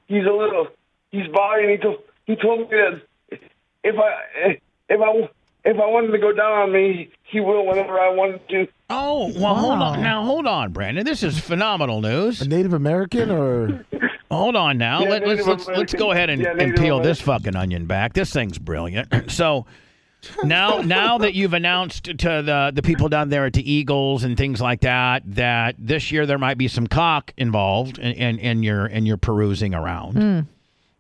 Speaker 7: he's a little, he's bi, and he told he told me that if I if I if I wanted to go down on me, he will whenever I wanted to.
Speaker 1: Oh, well, hold on. Now, hold on, Brandon. This is phenomenal news.
Speaker 3: A Native American or
Speaker 1: Hold on now.
Speaker 7: Yeah,
Speaker 1: Let, let's
Speaker 7: Native
Speaker 1: let's let's go
Speaker 7: American.
Speaker 1: ahead and,
Speaker 7: Yeah,
Speaker 1: and
Speaker 7: Native
Speaker 1: peel this fucking onion back. This thing's brilliant. So now now that you've announced to the the people down there at the Eagles and things like that that this year there might be some cock involved and in, in, in your in your perusing around.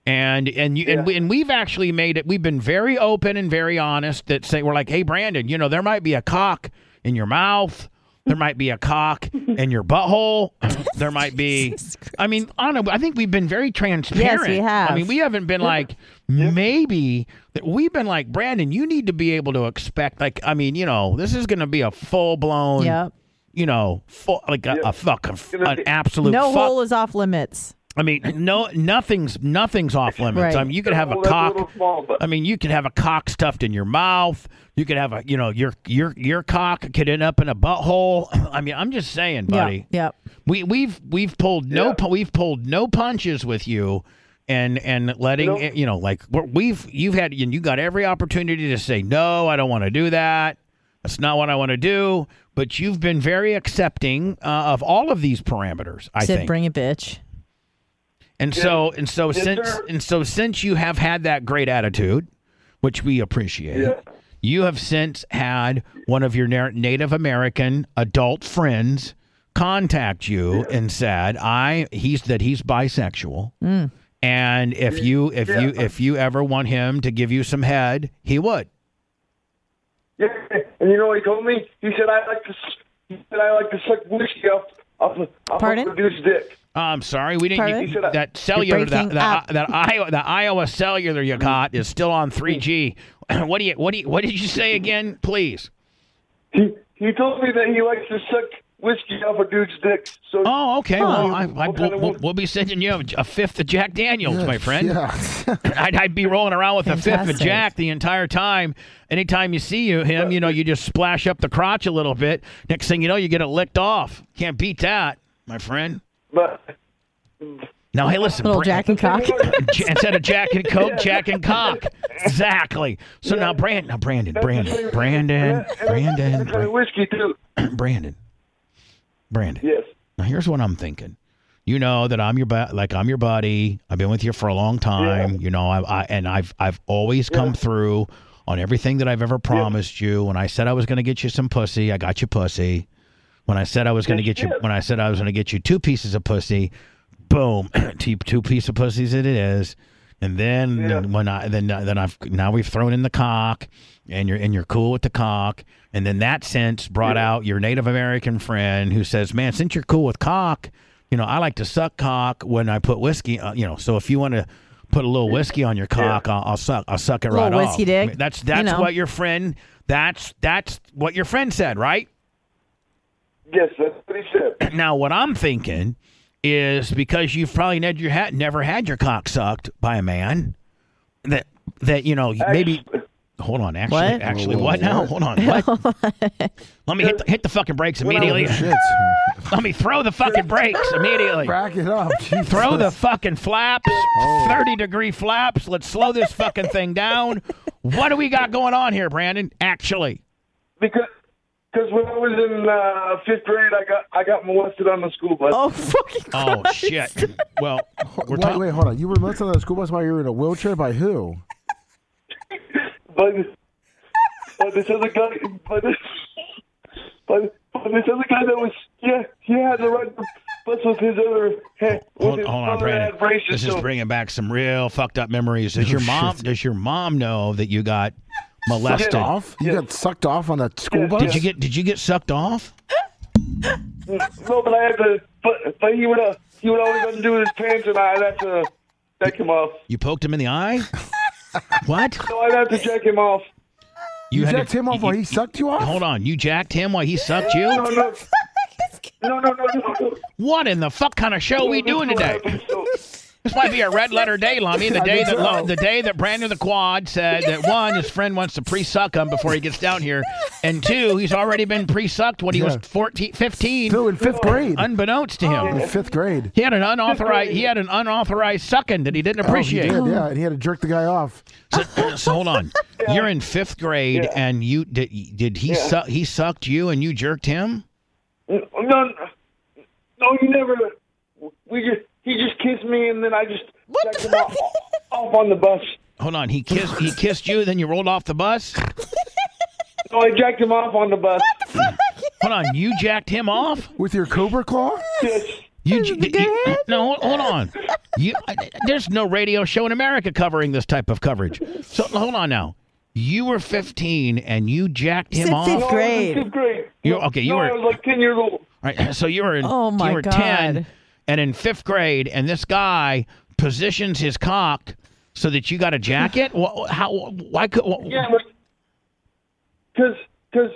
Speaker 1: And and you and, we, and we've actually made it. We've been very open and very honest. That say we're like, hey, Brandon, you know there might be a cock in your mouth. There might be a cock in your butthole. There might be. I mean, Anna, I think we've been very transparent.
Speaker 2: have.
Speaker 1: I mean, we haven't been like maybe that we've been like Brandon. You need to be able to expect. Like, I mean, you know, this is going to be a full blown.
Speaker 2: Yep.
Speaker 1: You know, full, like a, a fuck, a f-
Speaker 7: gonna
Speaker 1: an
Speaker 7: be-
Speaker 1: absolute
Speaker 2: No
Speaker 1: fuck
Speaker 2: hole is off limits.
Speaker 1: I mean, no, nothing's nothing's off limits.
Speaker 2: Right.
Speaker 1: I mean, you could have a
Speaker 7: Well, that's
Speaker 1: cock.
Speaker 7: little small, but-
Speaker 1: I mean, you could have a cock stuffed in your mouth. You could have a, you know, your your your cock could end up in a butthole. I mean, I'm just saying, buddy.
Speaker 2: Yep. yep.
Speaker 1: We we've we've pulled no
Speaker 7: Yeah.
Speaker 1: pu- we've pulled no punches with you, and and letting
Speaker 7: You know-
Speaker 1: it- you know like we're- we've you've had and you got every opportunity to say no, I don't want to do that. That's not what I want to do. But you've been very accepting uh, of all of these parameters. I
Speaker 2: Said
Speaker 1: think.
Speaker 2: bring it, bitch.
Speaker 1: And so and so since
Speaker 7: sir.
Speaker 1: and so since you have had that great attitude, which we appreciate, you have since had one of your Na- Native American adult friends contact you and said, "I he's that he's bisexual."
Speaker 2: Mm.
Speaker 1: And if you if you if you ever want him to give you some head, he would.
Speaker 7: Yeah, and you know what he told me? He said I like to. s- He said I like to suck whiskey off off, of- off
Speaker 2: Pardon?
Speaker 7: a dude's dick.
Speaker 1: Oh, I'm sorry, we didn't.
Speaker 2: Pardon?
Speaker 1: You, that cellular, that
Speaker 2: breaking
Speaker 1: that,
Speaker 2: up.
Speaker 1: that, Iowa, that Iowa cellular you got is still on 3G. What do you what do you, what did you say again? Please.
Speaker 7: He he told me that he likes to suck whiskey off a dude's dick. So
Speaker 1: Oh, okay. Well, I, I,
Speaker 7: What
Speaker 1: we'll,
Speaker 7: kind of-
Speaker 1: we'll- we'll be sending you a fifth of Jack Daniels, my friend.
Speaker 3: Yeah.
Speaker 1: I'd, I'd be rolling around with a fifth of
Speaker 2: Fantastic.
Speaker 1: Jack the entire time. Anytime you see you, him, you know, you just splash up the crotch a little bit. Next thing you know, you get it licked off. Can't beat that, my friend.
Speaker 7: but
Speaker 1: Now, hey, listen.
Speaker 2: Little
Speaker 1: Bra-
Speaker 2: Jack and cock.
Speaker 1: J- Instead of Jack and Coke, Jack and Cock. Exactly. So now, Brandon, now Brandon, Brandon, Brandon, Brandon,
Speaker 7: That kind of
Speaker 1: Brandon,
Speaker 7: whiskey too.
Speaker 1: Brandon, Brandon.
Speaker 7: Yes.
Speaker 1: Now here's what I'm thinking. You know that I'm your bu- like I'm your buddy. I've been with you for a long time. You know, I, I and I've I've always come through on everything that I've ever promised you. When I said I was going to get you some pussy, I got you pussy. When I said I was going to get you, when I said I was going to get you two pieces of pussy, boom, two, two piece of pussies it is. And then, then when I then then I've now we've thrown in the cock, and you're and you're cool with the cock, and then that sense brought out your Native American friend who says, "Man, since you're cool with cock, you know I like to suck cock when I put whiskey, uh, you know. So if you want to put a little whiskey on your cock, I'll, I'll suck, I'll suck it
Speaker 2: Little
Speaker 1: right
Speaker 2: whiskey
Speaker 1: off.
Speaker 2: dick,
Speaker 1: that's
Speaker 2: you
Speaker 1: that's
Speaker 2: know.
Speaker 1: what your friend, that's that's what your friend said, right?
Speaker 7: Yes, that's what he said.
Speaker 1: Now, what I'm thinking is because you've probably never your hat never had your cock sucked by a man that that you know maybe. Hold on, actually,
Speaker 2: What?
Speaker 1: actually, what now? Hold on, what? Let me hit the, hit the fucking brakes immediately.
Speaker 3: Shit.
Speaker 1: Let me throw the fucking brakes immediately.
Speaker 3: Rack it up. Jesus.
Speaker 1: Throw the fucking flaps, 30 degree flaps. Let's slow this fucking thing down. What do we got going on here, Brandon? Actually,
Speaker 7: Because because when I was in uh, fifth grade, I got I got molested on the school bus.
Speaker 2: Oh, fucking
Speaker 1: oh shit. Well, we're
Speaker 3: wait,
Speaker 1: talking.
Speaker 3: wait, hold on. You were molested on the school bus while you were in a wheelchair by who?
Speaker 7: But but this other guy, but this, but, but this other guy that was yeah he had the right to bus with his other head.
Speaker 1: Hold, hold on, Brandon. This is bringing back some real fucked up memories. Does your mom? Does your mom know that you got molested?
Speaker 3: Off? You got sucked off on a school bus?
Speaker 1: Did you get? Did you get sucked off?
Speaker 7: No, but I had to. But but he would uh, he would always undo his pants, and I would have to check him off.
Speaker 1: You poked him in the eye. what?
Speaker 7: So I'd have to check him off.
Speaker 1: You,
Speaker 3: You
Speaker 1: had to-
Speaker 3: jacked him off
Speaker 1: you-
Speaker 3: while
Speaker 1: you-
Speaker 3: he sucked you off?
Speaker 1: Hold on, you jacked him while he sucked you?
Speaker 7: No, no, no, no, no, no. no.
Speaker 1: What in the fuck kind of show we doing
Speaker 7: This is what
Speaker 1: today?
Speaker 7: happened. So,
Speaker 1: This might be a red letter day, Lummy. The
Speaker 3: I
Speaker 1: day that
Speaker 3: think so.
Speaker 1: Lu- the day that Brandon the Quad said that one, his friend wants to pre-suck him before he gets down here, and two, he's already been pre-sucked when he was
Speaker 3: Yeah.
Speaker 1: 14, 15,
Speaker 3: Dude, in fifth grade.
Speaker 1: unbeknownst to him.
Speaker 3: in fifth grade.
Speaker 1: He had an unauthorized he had an unauthorized sucking that he didn't appreciate.
Speaker 3: Oh, he did, yeah, and he had to jerk the guy off.
Speaker 1: so, uh, so hold on, you're in fifth grade
Speaker 7: Yeah.
Speaker 1: and you did did he suck he sucked you and you jerked him?
Speaker 7: No, no, no, you never. We just he just kissed me, and then I just checked him off, off on the bus.
Speaker 1: Hold on, he kissed he kissed you, then you rolled off the bus.
Speaker 7: No, I jacked him off on the bus.
Speaker 1: Hold on, you jacked him off.
Speaker 3: With your cobra claw?
Speaker 7: Yes.
Speaker 1: You, j- you- no, hold, hold on. You, I- there's no radio show in America covering this type of coverage. So hold on now. You were 15 and you jacked him
Speaker 2: Said
Speaker 1: off.
Speaker 2: fifth
Speaker 1: All
Speaker 7: No, I was in
Speaker 2: grade.
Speaker 7: fifth grade.
Speaker 1: You- okay, you
Speaker 7: no,
Speaker 1: were-
Speaker 7: I was like ten years old.
Speaker 1: right, so you were in,
Speaker 2: Oh, my
Speaker 1: you were 10
Speaker 2: God.
Speaker 1: and in fifth grade, and this guy positions his cock so that you got a jacket. Wha- How? Why could? wha-
Speaker 7: Yeah, but because because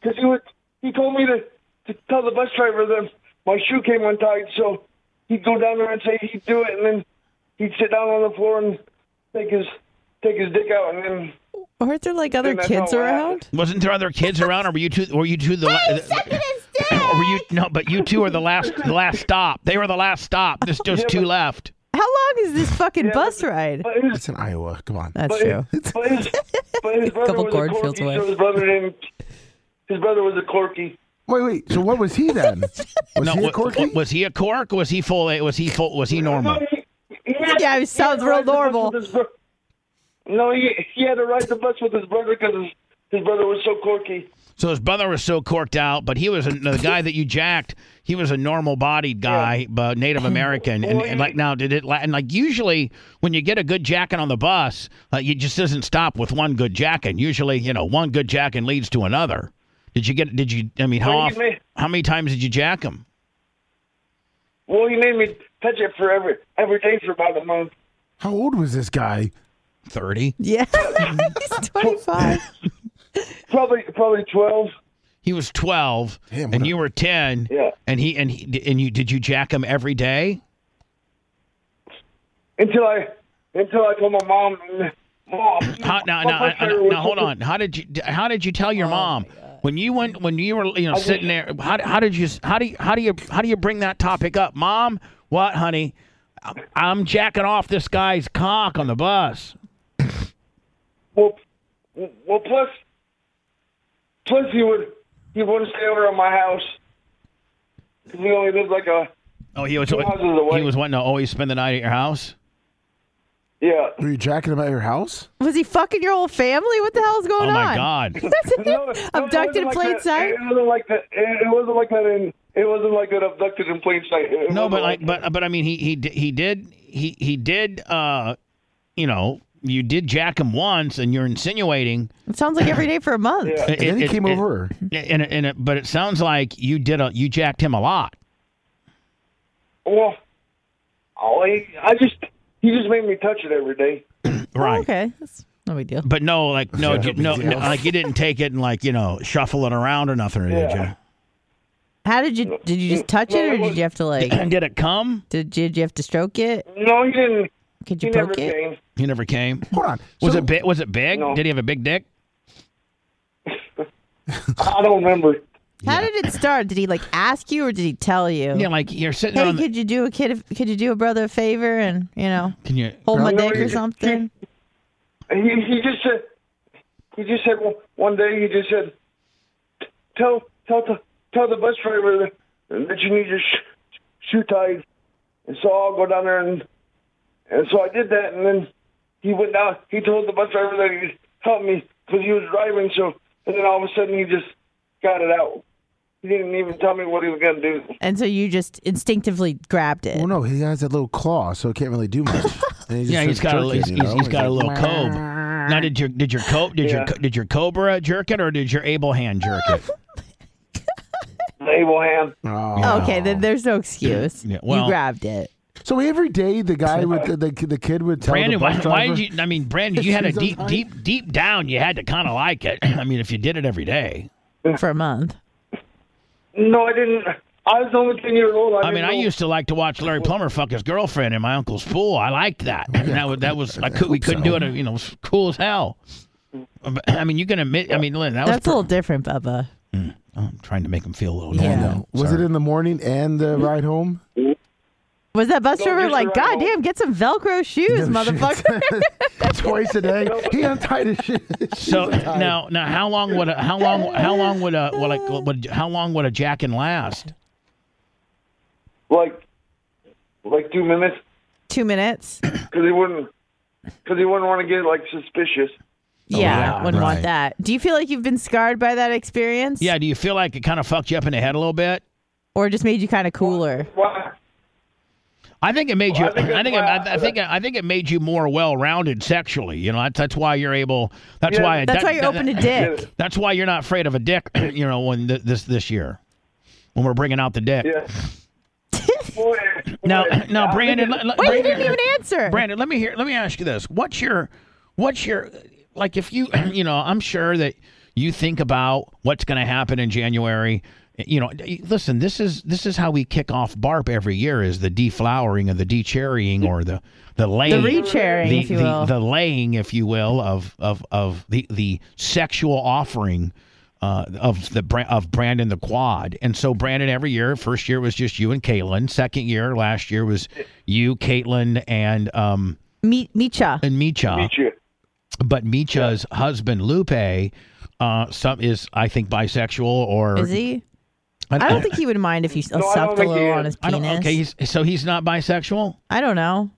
Speaker 7: because he was he told me to to tell the bus driver that my shoe came untied, so he'd go down there and say he'd do it, and then he'd sit down on the floor and take his take his dick out, and then
Speaker 2: Aren't there like other
Speaker 7: Dude, that's
Speaker 2: kids
Speaker 7: not what
Speaker 2: around?
Speaker 1: wasn't there other kids around, or were you two? Were you two the? la- Or uh, were you no? But you two are the last the last stop. They were the last stop. There's just two left.
Speaker 2: How long is this fucking bus ride?
Speaker 7: but his
Speaker 3: It's in Iowa. Come on.
Speaker 2: That's
Speaker 7: but his,
Speaker 2: true.
Speaker 7: but his but his brother
Speaker 2: Couple
Speaker 7: was a
Speaker 2: cornfields
Speaker 7: corky,
Speaker 2: away.
Speaker 7: so his brother didn't. His brother was a corky.
Speaker 3: Wait, wait. So what was he then? Was he a
Speaker 1: wa-
Speaker 3: corky?
Speaker 1: wa- was he a cork? Was he full? Was he full? Was he normal?
Speaker 7: No, he- he had-
Speaker 2: Yeah, it
Speaker 7: he had
Speaker 2: sounds
Speaker 7: to
Speaker 2: real
Speaker 7: ride the bus
Speaker 2: normal.
Speaker 7: with his bro- No, he he had to ride the bus with his brother because his, his brother was so quirky.
Speaker 1: So his brother was so corked out, but he was a, the guy that you jacked. He was a normal-bodied guy, but Native American, and, and like now did it. la- And like usually, when you get a good jacking on the bus, uh, you just doesn't stop with one good jacking. Usually, you know, one good jacking leads to another. Did you get? Did you? I mean, how
Speaker 7: Well, you
Speaker 1: often,
Speaker 7: may-
Speaker 1: how many times did you jack him?
Speaker 7: Well, he made me touch it for every every day for about a month.
Speaker 3: How old was this guy?
Speaker 1: Thirty.
Speaker 2: Yeah. He's 25.
Speaker 7: Probably probably twelve.
Speaker 1: He was twelve,
Speaker 3: Damn,
Speaker 1: and
Speaker 3: what a-
Speaker 1: you were ten.
Speaker 7: Yeah.
Speaker 1: And he and he and you did you jack him every day?
Speaker 7: Until I until I told my mom. Mom.
Speaker 1: How, now,
Speaker 7: my
Speaker 1: now,
Speaker 7: bus
Speaker 1: now,
Speaker 7: driver was
Speaker 1: now, hold
Speaker 7: so-
Speaker 1: on. How did you? How did you tell your mom when you went when you were you know sitting there? How, how did you? How do you? How do you? How do you bring that topic up, Mom? What, honey? I- I'm jacking off this guy's cock on the bus.
Speaker 7: Well, well, plus plus he would he wouldn't stay over at my house. 'Cause We only lived like a
Speaker 1: Oh, he was
Speaker 7: houses away.
Speaker 1: he was wanting to always spend the night at your house.
Speaker 7: yeah.
Speaker 3: Were you jacking him at your house?
Speaker 2: Was he fucking your whole family? What the hell's
Speaker 1: Oh
Speaker 2: going on?
Speaker 1: my God!
Speaker 7: No, no,
Speaker 2: Abducted
Speaker 7: it wasn't
Speaker 2: in plain
Speaker 7: that.
Speaker 2: sight?
Speaker 7: It wasn't like that. It it wasn't like that. In it wasn't like that. Abducted in plain sight. It
Speaker 1: No,
Speaker 7: wasn't
Speaker 1: but like, but but I mean, he he di- he did he he did uh, you know, you did jack him once, and you're insinuating.
Speaker 2: It sounds like every day for a month.
Speaker 7: Yeah.
Speaker 1: It-
Speaker 3: And then he
Speaker 1: it-
Speaker 3: came
Speaker 1: it-
Speaker 3: over.
Speaker 1: And it, and it, but it sounds like you did a you jacked him a lot.
Speaker 7: well, oh, he, I just he just made me touch it every day.
Speaker 3: Oh,
Speaker 1: Right.
Speaker 2: Oh, Okay. That's no big deal.
Speaker 1: But no, like no,
Speaker 3: Yeah.
Speaker 1: ju- no,
Speaker 3: Yeah.
Speaker 1: no, like you didn't take it and like you know shuffle it around or nothing,
Speaker 7: Yeah.
Speaker 2: How did you did you just touch it or did you have to like
Speaker 1: did you? did it come?
Speaker 2: did you, did you have to stroke it?
Speaker 7: No, he didn't.
Speaker 2: Could
Speaker 7: He
Speaker 2: you
Speaker 7: never
Speaker 2: poke it?
Speaker 7: came.
Speaker 1: He never came.
Speaker 3: Hold on.
Speaker 1: Was
Speaker 3: So-
Speaker 1: it big? Was it big?
Speaker 7: No.
Speaker 1: Did he have a big dick?
Speaker 7: I don't remember.
Speaker 2: How did it start? Did he like ask you or did he tell you?
Speaker 1: Yeah, um, like you're sitting
Speaker 2: Hey,
Speaker 1: on. The,
Speaker 2: could you do a kid? a- Could you do a brother a favor and you know
Speaker 1: can you?
Speaker 3: Oh,
Speaker 2: hold my
Speaker 7: No,
Speaker 2: dick
Speaker 7: he-
Speaker 2: or something?
Speaker 7: He he just said he just said one- one day he just said tell tell the tell the bus driver that, that you need your sh- shoe tied, and so I'll go down there and and so I did that, and then he went down. He told the bus driver that he'd help me because he was driving. So and then all of a sudden he just got it out. He didn't even tell me what he was gonna do.
Speaker 2: And so you just instinctively grabbed it.
Speaker 3: Well, Oh, no, he has that little claw, so it can't really do much. And he just
Speaker 1: Yeah, he's
Speaker 3: starts
Speaker 1: got a
Speaker 3: jerking,
Speaker 1: he's,
Speaker 3: you
Speaker 1: he's,
Speaker 3: know?
Speaker 1: he's got a little
Speaker 3: like,
Speaker 1: cove. Now, did your did your co did your
Speaker 7: Yeah.
Speaker 1: did your cobra jerk it or did your able hand jerk it?
Speaker 7: Abel Ham.
Speaker 3: "Oh."
Speaker 2: Okay, then there's no excuse.
Speaker 1: Yeah, well-
Speaker 2: you grabbed it.
Speaker 3: So every day, the guy with the, the, the kid would tell
Speaker 1: Brandon,
Speaker 3: the
Speaker 1: why,
Speaker 3: bus
Speaker 1: why
Speaker 3: driver-
Speaker 1: did you? I mean, Brandon, you had a
Speaker 3: She's on
Speaker 1: deep
Speaker 3: time.
Speaker 1: deep deep down. You had to kind of like it. I mean, if you did it every day.
Speaker 2: for a month.
Speaker 7: No, I didn't. I was only ten years old. I,
Speaker 1: I mean, I
Speaker 7: didn't know-
Speaker 1: used to like to watch Larry Plummer fuck his girlfriend in my uncle's pool. I liked that. And that was that was I could we couldn't do it. You know, it was cool as hell. But, I mean, you can admit. I mean, Lynn, that
Speaker 2: That's a
Speaker 1: was.
Speaker 2: little different, Bubba.
Speaker 1: Oh, I'm trying to make him feel a little.
Speaker 2: Yeah.
Speaker 1: normal.
Speaker 3: Was it in the morning and the ride home?
Speaker 2: Was that bus
Speaker 7: No,
Speaker 2: driver
Speaker 7: just
Speaker 2: like,
Speaker 7: the right
Speaker 2: God damn, get some Velcro shoes,
Speaker 3: No shit.
Speaker 2: motherfucker?
Speaker 3: Twice a day. He untied his shit.
Speaker 1: So now, now, how long would a, how long how long would a well, like would, how long would a jackin last?
Speaker 7: like like two minutes
Speaker 2: Two minutes.
Speaker 7: because he wouldn't because he wouldn't want to get like suspicious.
Speaker 2: Yeah,
Speaker 4: yeah,
Speaker 2: wouldn't want
Speaker 4: right.
Speaker 2: that. Do you feel like you've been scarred by that experience?
Speaker 1: Yeah, do you feel like it kind of fucked you up in the head a little bit?
Speaker 2: Or just made you kind of cooler?
Speaker 7: Why?
Speaker 1: I think it made you.
Speaker 7: Well, I think
Speaker 1: I think. It,
Speaker 7: that's
Speaker 1: I,
Speaker 7: why
Speaker 1: I think. I think it made you more well-rounded sexually. You know, that's that's why you're able. That's
Speaker 7: Yeah.
Speaker 1: why.
Speaker 2: That's
Speaker 1: that-
Speaker 2: why you're
Speaker 1: that-
Speaker 2: open to dick.
Speaker 1: That's why you're not afraid of a dick. You know, when th- this this year, when we're bringing out the dick.
Speaker 7: Yeah. Boy,
Speaker 1: Now,
Speaker 7: boy,
Speaker 1: now,
Speaker 7: I
Speaker 1: Brandon.
Speaker 7: think
Speaker 1: let- let-
Speaker 2: Wait, you
Speaker 1: Brandon,
Speaker 2: didn't even answer.
Speaker 1: Brandon, let me hear. Let me ask you this: What's your, what's your, like, if you, you know, I'm sure that you think about what's going to happen in January. You know, listen. This is this is how we kick off Barp every year: is the deflowering and the decherrying or the the
Speaker 2: the
Speaker 1: laying,
Speaker 2: re-chairing,
Speaker 1: the,
Speaker 2: if you
Speaker 1: the-
Speaker 2: will.
Speaker 1: the laying, if you will, of of of the the sexual offering. Uh, of the Bra- of Brandon the Quad, and so Brandon every year. First year was just you and Caitlin. Second year, last year was you, Caitlin, and um
Speaker 2: Mi- Micha.
Speaker 1: and Micha.
Speaker 7: Meet you.
Speaker 1: But Micha's husband Lupe, uh, some is I think bisexual or
Speaker 2: Is he?
Speaker 1: I,
Speaker 2: I don't think he would mind if you
Speaker 7: I don't
Speaker 2: sucked a
Speaker 7: think he
Speaker 2: little on
Speaker 7: is.
Speaker 2: his
Speaker 1: I don't-
Speaker 2: penis.
Speaker 1: okay, he's, so he's not bisexual.
Speaker 2: I don't know.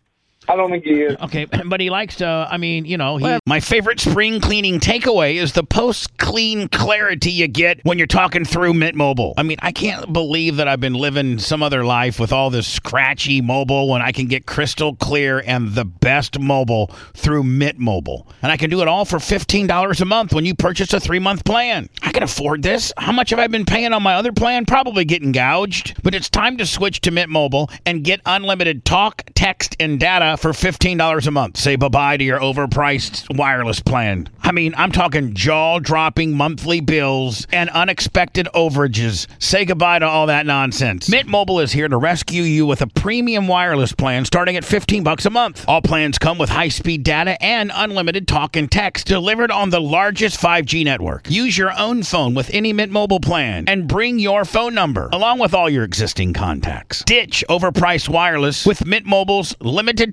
Speaker 7: I don't think he is.
Speaker 1: Okay, but he likes to. I mean, you know, he.
Speaker 2: Whatever.
Speaker 1: My favorite spring cleaning takeaway is the post-clean clarity you get when you're talking through Mint Mobile. I mean, I can't believe that I've been living some other life with all this scratchy mobile when I can get crystal clear and the best mobile through Mint Mobile, and I can do it all for fifteen dollars a month when you purchase a three-month plan. I can afford this. How much have I been paying on my other plan? Probably getting gouged. But it's time to switch to Mint Mobile and get unlimited talk, text, and data for $15 a month. Say bye-bye to your overpriced wireless plan. I mean, I'm talking jaw-dropping monthly bills and unexpected overages. Say goodbye to all that nonsense. Mint Mobile is here to rescue you with a premium wireless plan starting at 15 bucks a month. All plans come with high-speed data and unlimited talk and text delivered on the largest 5G network. Use your own phone with any Mint Mobile plan and bring your phone number along with all your existing contacts. Ditch overpriced wireless with Mint Mobile's limited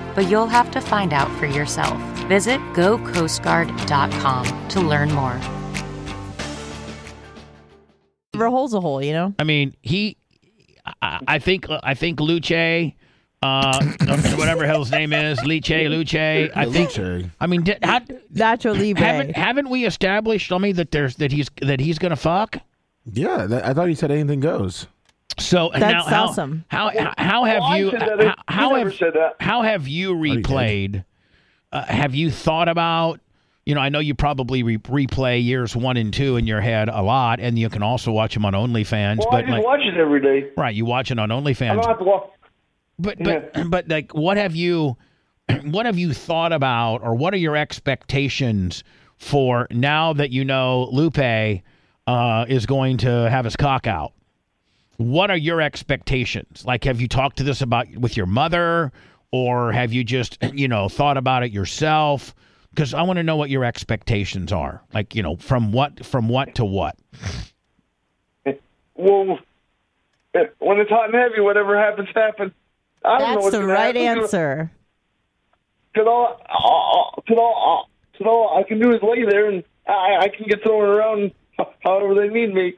Speaker 8: but you'll have to find out for yourself. Visit gocoastguard.com to learn more.
Speaker 2: Never holes a hole, you know?
Speaker 1: I mean, he. I, I think. I think Luce. Uh, whatever hell's name is, Luce, Luce. I think. I mean, did, how,
Speaker 2: Nacho
Speaker 1: haven't
Speaker 2: Libre.
Speaker 1: haven't we established, Lummy, that there's that he's that he's gonna fuck?
Speaker 3: Yeah, that, I thought you said anything goes.
Speaker 1: So now, how,
Speaker 2: awesome.
Speaker 1: How how, how have
Speaker 7: Well, I
Speaker 1: you
Speaker 7: said that.
Speaker 1: how,
Speaker 7: He
Speaker 1: how
Speaker 7: never
Speaker 1: have
Speaker 7: said that.
Speaker 1: how have you replayed? Uh, have you thought about? You know, I know you probably re- replay years one and two in your head a lot, and you can also watch them on OnlyFans.
Speaker 7: Well, I
Speaker 1: but
Speaker 7: just
Speaker 1: like,
Speaker 7: watch it every day.
Speaker 1: right, you watch it on
Speaker 7: I
Speaker 1: OnlyFans.
Speaker 7: don't have to watch.
Speaker 1: But but but like, what have you, what have you thought about, or what are your expectations for now that you know Lupe uh, is going to have his cock out? What are your expectations? Like, have you talked to this about with your mother, or have you just you know thought about it yourself? Because I want to know what your expectations are. Like, you know, from what from what to what.
Speaker 7: Well, When it's hot and heavy, whatever happens, happens. I don't know
Speaker 2: That's
Speaker 7: what's
Speaker 2: the
Speaker 7: gonna
Speaker 2: right
Speaker 7: happen.
Speaker 2: answer.
Speaker 7: Cause all, all, cause all, cause all uh, I can do is lay there and I, I can get thrown around however they need me.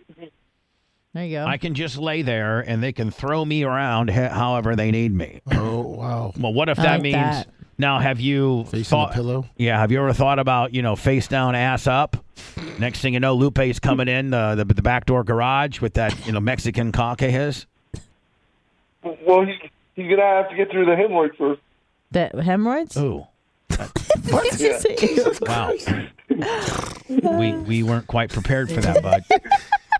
Speaker 2: There you go.
Speaker 1: I can just lay there and they can throw me around he- however they need me.
Speaker 3: Oh wow!
Speaker 1: Well, what if
Speaker 2: I
Speaker 1: that
Speaker 2: like
Speaker 1: means
Speaker 2: that.
Speaker 1: now? Have you
Speaker 3: Face on
Speaker 1: thought?
Speaker 3: the pillow.
Speaker 1: Yeah, have you ever thought about you know face down, ass up? Next thing you know, Lupe's coming in the the, the back door garage with that you know Mexican cock of his.
Speaker 7: Well, he, he's gonna have to get through the hemorrhoid first.
Speaker 2: The hemorrhoids?
Speaker 1: Ooh,
Speaker 2: What did you say?
Speaker 1: wow. we we weren't quite prepared for that, bud.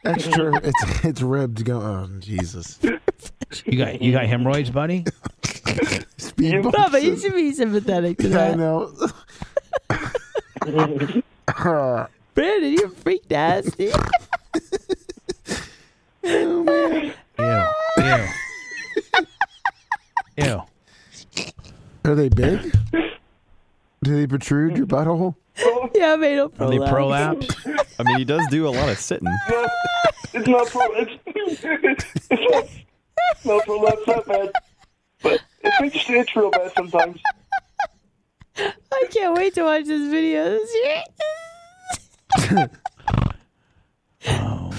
Speaker 3: Extra. it's it's ribbed. Go on, Jesus.
Speaker 1: You got you got hemorrhoids, buddy.
Speaker 3: Speed
Speaker 2: No, but you should be sympathetic to
Speaker 3: Yeah, I
Speaker 2: that.
Speaker 3: know.
Speaker 2: Brandon, you're freak nasty.
Speaker 1: Ew, ew, ew.
Speaker 3: Are they big? Do they protrude your butthole?
Speaker 2: yeah, I made a
Speaker 1: Are they
Speaker 2: prolapse.
Speaker 1: prolapse?
Speaker 4: I mean, he does do a lot of sitting.
Speaker 7: No, it's not pro. It's, it's, not, it's not pro. That's not bad. But it's itches itch real bad sometimes.
Speaker 2: I can't wait to watch this video.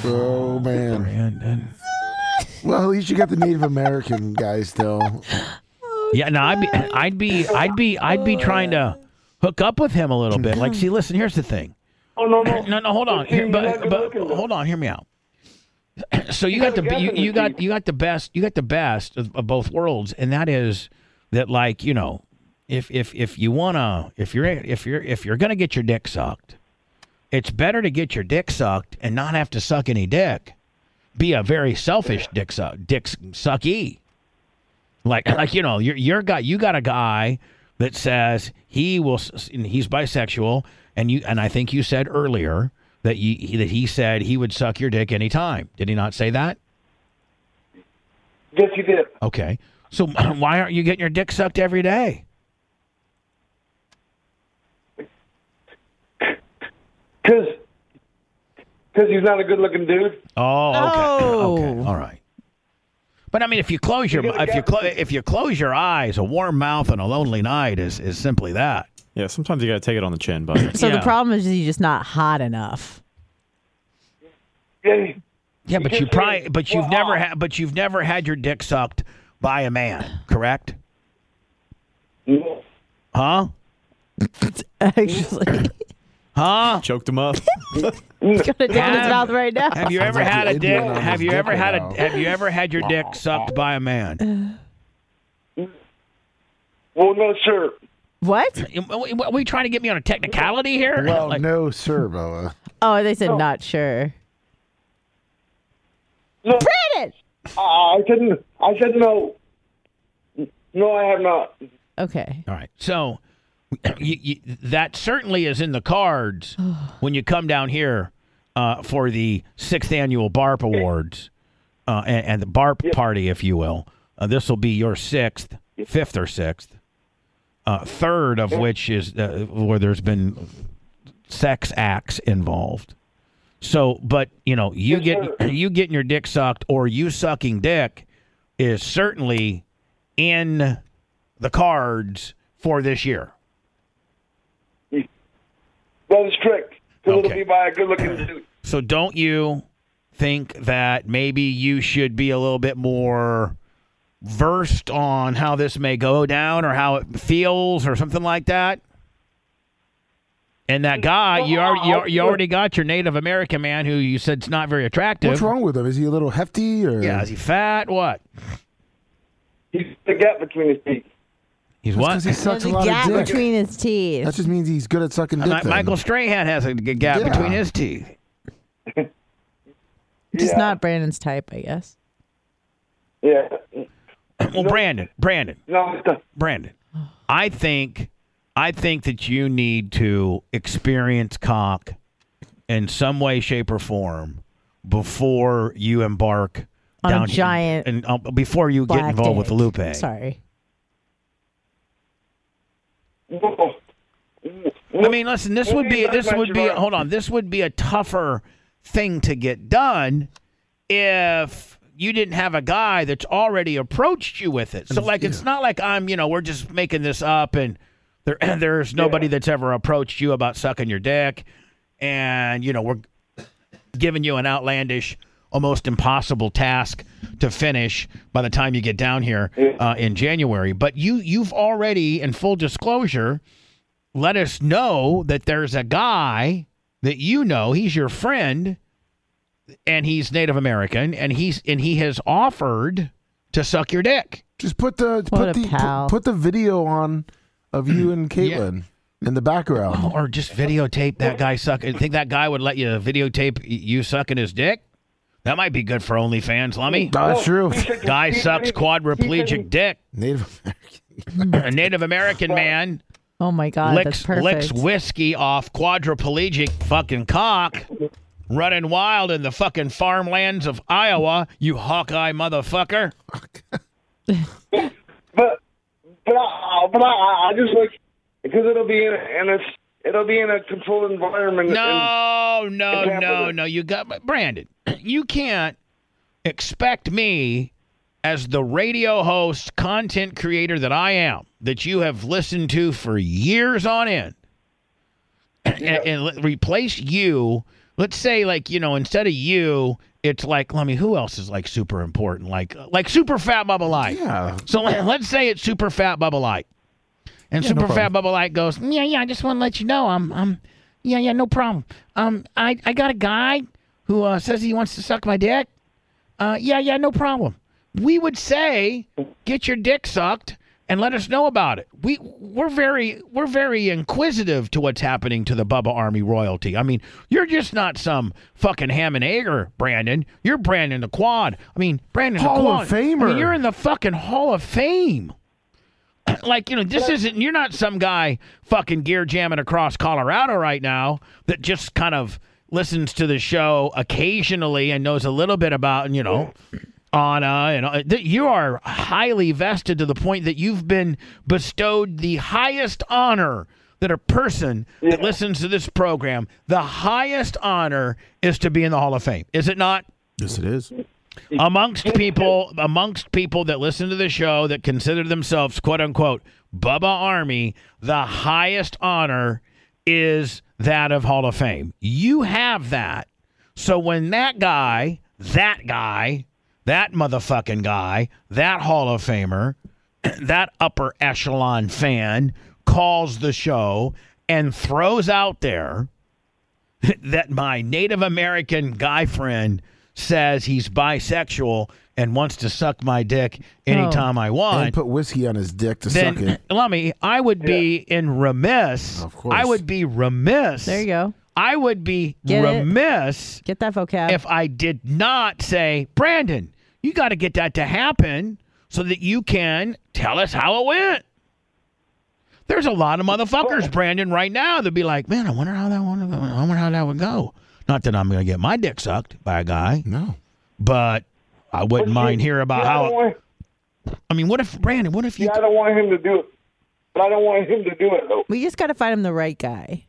Speaker 3: Oh man.
Speaker 1: Brandon.
Speaker 3: Well, at least you got the Native American guy still.
Speaker 1: Yeah, no, I'd be, I'd be, I'd be, I'd be trying to hook up with him a little bit. Like, see, listen, here's the thing.
Speaker 7: Oh no no
Speaker 1: No, no, hold on,
Speaker 7: See,
Speaker 1: Here,
Speaker 7: you're not
Speaker 1: but,
Speaker 7: good
Speaker 1: but
Speaker 7: looking, though.
Speaker 1: hold on, hear me out. So you got
Speaker 7: gotta
Speaker 1: the
Speaker 7: guess
Speaker 1: you,
Speaker 7: in
Speaker 1: you
Speaker 7: this
Speaker 1: got
Speaker 7: game.
Speaker 1: you got the best you got the best of, of both worlds, and that is that like you know if if if you wanna if you're if you're if you're gonna get your dick sucked, it's better to get your dick sucked and not have to suck any dick. Be a very selfish dick suck dick sucky. Like like you know you're you're got you got a guy that says he will s- and he's bisexual and you and I think you said earlier that you that he said he would suck your dick anytime. Did he not say that?
Speaker 7: Yes, you did.
Speaker 1: Okay. So why aren't you getting your dick sucked every day?
Speaker 7: Cause, cause he's not a good looking dude.
Speaker 1: Oh, okay.
Speaker 2: No.
Speaker 1: Okay. All right. But I mean, if you close your
Speaker 7: gotta
Speaker 1: if you
Speaker 7: Oh. get-
Speaker 1: clo- if you close your eyes, a warm mouth and a lonely night is is simply that.
Speaker 4: Yeah, sometimes you gotta take it on the chin, but
Speaker 2: So
Speaker 1: Yeah.
Speaker 2: the problem is he's just not hot enough.
Speaker 7: Yeah.
Speaker 1: Yeah, but
Speaker 7: can
Speaker 1: you
Speaker 7: say,
Speaker 1: probably but you've
Speaker 7: "Well,
Speaker 1: never
Speaker 7: uh,
Speaker 1: had but you've never had your dick sucked by a man, correct?
Speaker 7: No.
Speaker 1: Huh?
Speaker 2: Actually,
Speaker 1: Huh?
Speaker 4: choked him up.
Speaker 2: he's got it down his
Speaker 1: Have-
Speaker 2: mouth right now.
Speaker 1: Have you ever
Speaker 3: like
Speaker 1: had
Speaker 3: the
Speaker 1: a dick?
Speaker 3: Indian on
Speaker 1: Have
Speaker 3: his
Speaker 1: you
Speaker 3: dick
Speaker 1: ever had
Speaker 3: right
Speaker 1: a Have you ever had your dick sucked by a man?
Speaker 7: Well, no, sir.
Speaker 2: What?
Speaker 1: Are we trying to get me on a technicality here?
Speaker 3: Well,
Speaker 1: Like-
Speaker 3: Oh, no, sir, Boa.
Speaker 2: Oh, they said not sure.
Speaker 7: No,
Speaker 2: Brandon!
Speaker 7: I I didn't. I said no. No, I have not.
Speaker 2: Okay.
Speaker 1: All right. So you, you, that certainly is in the cards when you come down here uh, for the sixth annual BARP Awards uh, and, and the BARP party, if you will. Uh, this will be your sixth, fifth or sixth, uh, third of which is uh, where there's been sex acts involved. So, but you know, you
Speaker 7: Yes,
Speaker 1: get you getting your dick sucked or you sucking dick is certainly in the cards for this year.
Speaker 7: That is correct. Cause it'll
Speaker 1: Okay.
Speaker 7: be by a good looking dude.
Speaker 1: So don't you think that maybe you should be a little bit more versed on how this may go down or how it feels or something like that? And that guy, you already you, you already got your Native American man who you said's not very attractive.
Speaker 3: What's wrong with him? Is he a little hefty or?
Speaker 1: Yeah, is he fat? What?
Speaker 7: He's the gap between his feet.
Speaker 1: He's
Speaker 3: Because
Speaker 1: what?
Speaker 3: he sucks
Speaker 2: There's
Speaker 3: a
Speaker 2: a
Speaker 3: lot
Speaker 2: gap
Speaker 3: of dick.
Speaker 2: between his teeth.
Speaker 3: That just means he's good at sucking dick.
Speaker 1: Uh, Mi-
Speaker 3: then.
Speaker 1: Michael Strahan has a g- gap
Speaker 3: Yeah.
Speaker 1: between his teeth.
Speaker 2: just
Speaker 7: Yeah.
Speaker 2: not Brandon's type, I guess.
Speaker 7: Yeah.
Speaker 1: Well, Brandon, Brandon,
Speaker 7: No, it's not.
Speaker 1: Brandon, I think I think that you need to experience cock in some way, shape, or form before you embark
Speaker 2: On a
Speaker 1: down here-
Speaker 2: giant
Speaker 1: and uh, before you get
Speaker 2: Black
Speaker 1: involved with
Speaker 2: dick.
Speaker 1: Lupe.
Speaker 2: Sorry.
Speaker 7: Whoa.
Speaker 1: I mean, listen, this
Speaker 7: Well,
Speaker 1: would be
Speaker 7: you
Speaker 1: this
Speaker 7: might
Speaker 1: would be
Speaker 7: mention-
Speaker 1: hold on, this would be a tougher thing to get done if you didn't have a guy that's already approached you with it. So like it's not like I'm, you know, we're just making this up and there there's nobody that's ever approached you about sucking your dick and you know, we're giving you an outlandish almost impossible task to finish by the time you get down here uh, in January. But you you've already in full disclosure let us know that there's a guy that you know, he's your friend and he's Native American, and he's and he has offered to suck your dick.
Speaker 3: Just put the
Speaker 2: What a
Speaker 3: put the
Speaker 2: pal.
Speaker 3: put, put the video on of you and Caitlin in the background.
Speaker 1: Or just videotape that guy sucking. Think that guy would let you videotape y- you sucking his dick? That might be good for OnlyFans, Lummy.
Speaker 3: That's true.
Speaker 1: Oh. Guy sucks quadriplegic dick.
Speaker 3: Native American.
Speaker 1: A Native American man
Speaker 2: Oh my God, that's
Speaker 1: licks
Speaker 2: perfect.
Speaker 1: licks whiskey off quadriplegic fucking cock, running wild in the fucking farmlands of Iowa. You Hawkeye motherfucker.
Speaker 7: But but I but I, I just like because it'll be in and it's it'll be in a controlled environment. and-
Speaker 1: No, no,
Speaker 7: Example
Speaker 1: no,
Speaker 7: that-
Speaker 1: no. You got but Brandon. You can't expect me as the radio host, content creator that I am, that you have listened to for years on end, and, and le- replace you. Let's say, like you know, instead of you, it's like let me. Who else is like super important? Like like super fat Bubba Light.
Speaker 3: Yeah.
Speaker 1: So let, let's say it's super fat Bubba Light. And super fat Bubba Light goes, yeah, yeah. I just want to let you know, I'm, I'm, yeah, yeah, no problem. Um, I, I got a guy who uh, says he wants to suck my dick. Uh, yeah, yeah, no problem. We would say, get your dick sucked and let us know about it. We, we're very, we're very inquisitive to what's happening to the Bubba Army royalty. I mean, you're just not some fucking ham and egger, Brandon. You're Brandon the Quad. I mean, Brandon the
Speaker 3: Hall
Speaker 1: Quad.
Speaker 3: of
Speaker 1: I mean,
Speaker 3: Famer.
Speaker 1: you're in the fucking Hall of Fame like you know this isn't you're not some guy fucking gear jamming across colorado right now that just kind of listens to the show occasionally and knows a little bit about you know anna and uh, th- you are highly vested to the point that you've been bestowed the highest honor that a person that listens to this program the highest honor is to be in the hall of fame is it not
Speaker 3: Yes, it is.
Speaker 1: amongst people amongst people that listen to the show that consider themselves quote unquote Bubba Army, the highest honor is that of Hall of Fame. You have that. So when that guy, that guy, that motherfucking guy, that Hall of Famer, that upper echelon fan calls the show and throws out there that my Native American guy friend says he's bisexual and wants to suck my dick
Speaker 2: Oh.
Speaker 1: anytime I
Speaker 3: And
Speaker 1: want,
Speaker 3: put whiskey on his dick to suck
Speaker 1: then
Speaker 3: it.
Speaker 1: Lummy, I would be in remiss.
Speaker 3: Of course.
Speaker 1: I would be remiss.
Speaker 2: there you go.
Speaker 1: I would be
Speaker 2: Get it.
Speaker 1: remiss
Speaker 2: Get that vocab.
Speaker 1: if I did not say, Brandon, you got to get that to happen so that you can tell us how it went. There's a lot of motherfuckers, Brandon, right now that'd be like, man, I wonder how that one, I wonder how that would go. Not that I'm gonna get my dick sucked by a guy,
Speaker 3: No.
Speaker 1: but I wouldn't mind hearing about
Speaker 7: Yeah, I don't
Speaker 1: how.
Speaker 7: want,
Speaker 1: I mean, what if Brandon? What if you?
Speaker 7: yeah, I don't want him to do it. But I don't want him to do it though.
Speaker 2: we just got to find him the right guy.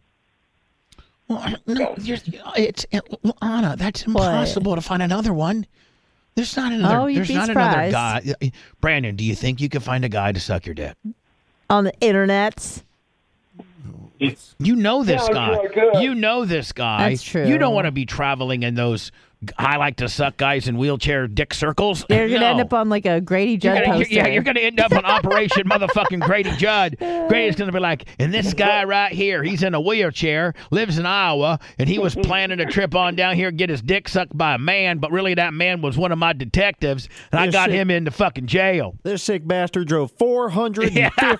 Speaker 1: Well, no, you're, it's Anna. That's impossible to find another one. There's not another.
Speaker 2: Oh, you'd
Speaker 1: there's
Speaker 2: be
Speaker 1: not
Speaker 2: surprised.
Speaker 1: another guy. Brandon, do you think you could find a guy to suck your dick?
Speaker 2: On the internet.
Speaker 1: You know this
Speaker 7: I'm
Speaker 1: guy.
Speaker 7: sure I could.
Speaker 1: you know this guy.
Speaker 2: That's true.
Speaker 1: You don't want to be traveling in those. g- I like to suck guys in wheelchair dick circles.
Speaker 2: You're going to
Speaker 1: No.
Speaker 2: end up on like a Grady
Speaker 1: You're
Speaker 2: Judd
Speaker 1: gonna-
Speaker 2: poster.
Speaker 1: you're- yeah, you're going to end up on Operation Motherfucking Grady Judd. Grady's going to be like, and this guy right here, he's in a wheelchair, lives in Iowa, and he was planning a trip on down here, get his dick sucked by a man, but really that man was one of my detectives, and I
Speaker 9: Yes,
Speaker 1: got
Speaker 9: sir.
Speaker 1: him into fucking jail.
Speaker 9: This sick bastard drove 455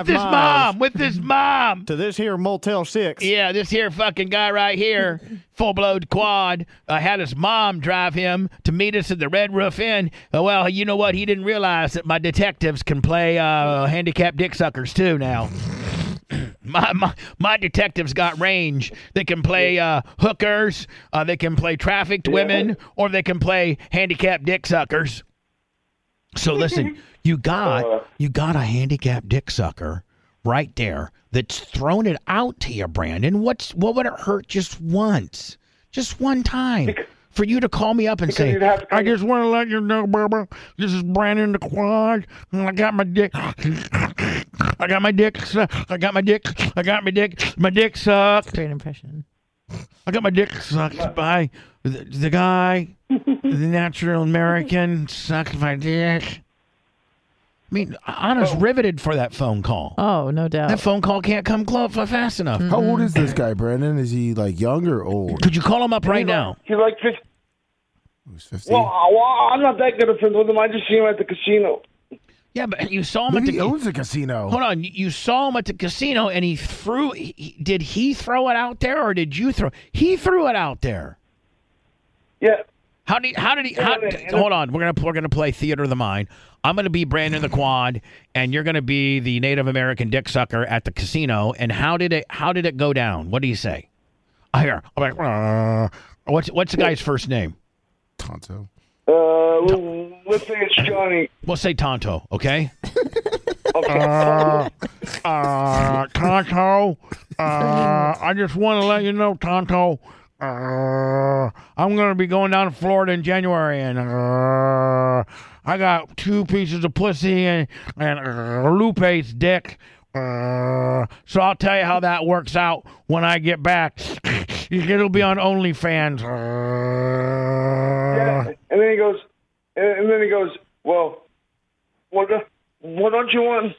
Speaker 1: With his
Speaker 9: miles
Speaker 1: mom, with his mom.
Speaker 9: to this here Motel 6.
Speaker 1: Yeah, this here fucking guy right here, full blowed quad, uh, had his mom drive him to meet us at the Red Roof Inn. Uh, well, you know what? He didn't realize that my detectives can play uh, handicapped dick suckers too now. My, my my detectives got range. They can play uh, hookers, uh, they can play trafficked women, or they can play handicapped dick suckers. So listen, you
Speaker 7: Uh.
Speaker 1: got you got a handicapped dick sucker right there that's thrown it out to you, Brandon. What's what would it hurt just once, just one time? for you to call me up and say,
Speaker 7: you'd have to-
Speaker 1: I just want to let you know, Barbara, this is Brandon the Quad. and I got my dick. I got my dick. su- I got my dick. I got my dick. My dick sucked.
Speaker 2: Great impression.
Speaker 1: I got my dick sucked by the, the guy, the natural American, sucked my dick. I mean, I
Speaker 3: Oh.
Speaker 1: was riveted for that phone call.
Speaker 3: Uh,
Speaker 2: Oh, no
Speaker 1: That
Speaker 2: doubt.
Speaker 1: phone call can't come close fast enough.
Speaker 3: How
Speaker 2: Mm.
Speaker 3: old is this guy, Brandon? Is he like young or old?
Speaker 1: Could you call him up right now?
Speaker 7: He like this.
Speaker 3: He's 15.
Speaker 7: Well, I- well, I'm not that good of friends with him. I just seen him at the casino.
Speaker 1: Yeah, but you saw him at
Speaker 3: Maybe
Speaker 1: the
Speaker 3: he owns a casino.
Speaker 1: Hold on, you- you saw him at the casino, and he threw. He, he- did he throw it out there, or did you throw? He threw it out there.
Speaker 7: Yeah.
Speaker 1: How did? How did he? How,
Speaker 7: Yeah, and-
Speaker 1: hold on, we're gonna we're gonna play theater of the mind. I'm gonna be Brandon the Quad, and you're gonna be the Native American dick sucker at the casino. And how did it? How did it go down? What do you say? I hear. I'm like, "Rah." what's what's the guy's first name?
Speaker 3: Tonto.
Speaker 7: Uh, l- let's say it's Johnny.
Speaker 1: We'll say Tonto, okay?
Speaker 7: Okay.
Speaker 1: Uh, Tonto, uh, I just want to let you know, Tonto, uh, I'm going to be going down to Florida in January, and uh, I got two pieces of pussy and, and uh, Lupe's dick. Uh, so I'll tell you how that works out when I get back. It'll be on OnlyFans. Uh,
Speaker 7: Yeah. And then he goes, and, and then he goes, well, what, the- what don't you want?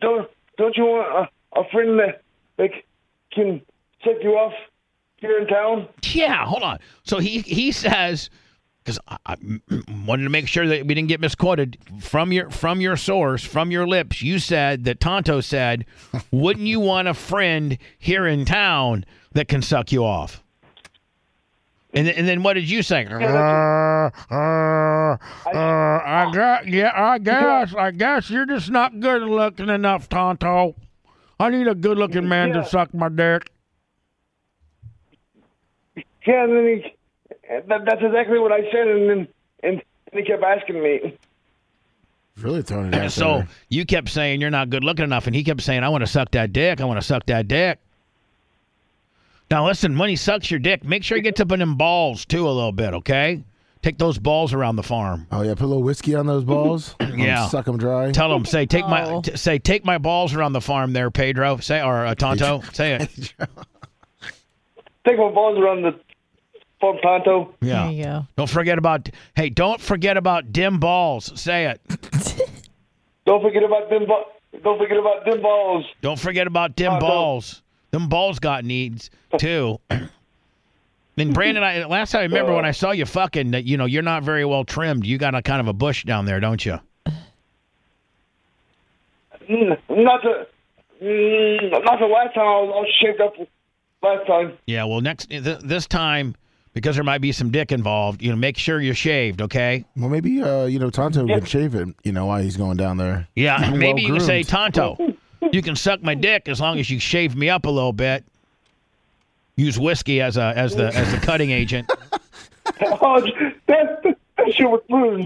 Speaker 7: Don't, don't you want a, a friend that, that can set you off here in town?
Speaker 1: Yeah, hold on. So he he says because I, I wanted to make sure that we didn't get misquoted from your from your source from your lips. You said that Tonto said, "Wouldn't you want a friend here in town that can suck you off?" And then, and then what did you say? Uh, uh, uh, I got yeah, I guess I guess you're just not good looking enough, Tonto. I need a good looking man
Speaker 7: Yeah.
Speaker 1: to suck my dick.
Speaker 7: Yeah, and then he, that, that's exactly what I said, and then and, and he kept asking me.
Speaker 3: Really throwing it out
Speaker 1: So
Speaker 3: there.
Speaker 1: you kept saying you're not good looking enough, and he kept saying, I want to suck that dick. I want to suck that dick. Now, listen, when he sucks your dick, make sure you get to put them balls too a little bit, okay? Take those balls around the farm.
Speaker 3: Oh yeah, put a little whiskey on those balls. Um,
Speaker 1: Yeah.
Speaker 3: suck them dry.
Speaker 1: Tell him, say, take my,
Speaker 2: Oh.
Speaker 1: t- say, take my balls around the farm there, Pedro. Say, or uh, Tonto. Say it.
Speaker 7: Take my balls around the farm Tonto.
Speaker 1: Yeah.
Speaker 2: There you go.
Speaker 1: Don't forget about, hey, don't forget about dim balls. Say it.
Speaker 7: Don't forget about them. Ba- don't forget about them balls.
Speaker 1: Don't forget about dim
Speaker 3: Oh,
Speaker 7: Uh, don't-
Speaker 1: balls. Them balls got needs too. And Brandon, I last time I remember when I saw you fucking that you know you're not very well trimmed. You got a kind of a bush down there, don't you?
Speaker 7: Mm, Not the, mm, not the last time I was all shaped up. Last time.
Speaker 1: Yeah. Well, next th- this time because there might be some dick involved, you know, make sure you're shaved, okay?
Speaker 3: Well, maybe uh, you know Tonto can shave it. You know why he's going down there?
Speaker 1: Yeah.
Speaker 3: Well
Speaker 1: maybe you can say
Speaker 3: groomed.
Speaker 1: Tonto. You can suck my dick as long as you shave me up a little bit. Use whiskey as a as the as the cutting agent.
Speaker 7: Oh, that, that shit would burn.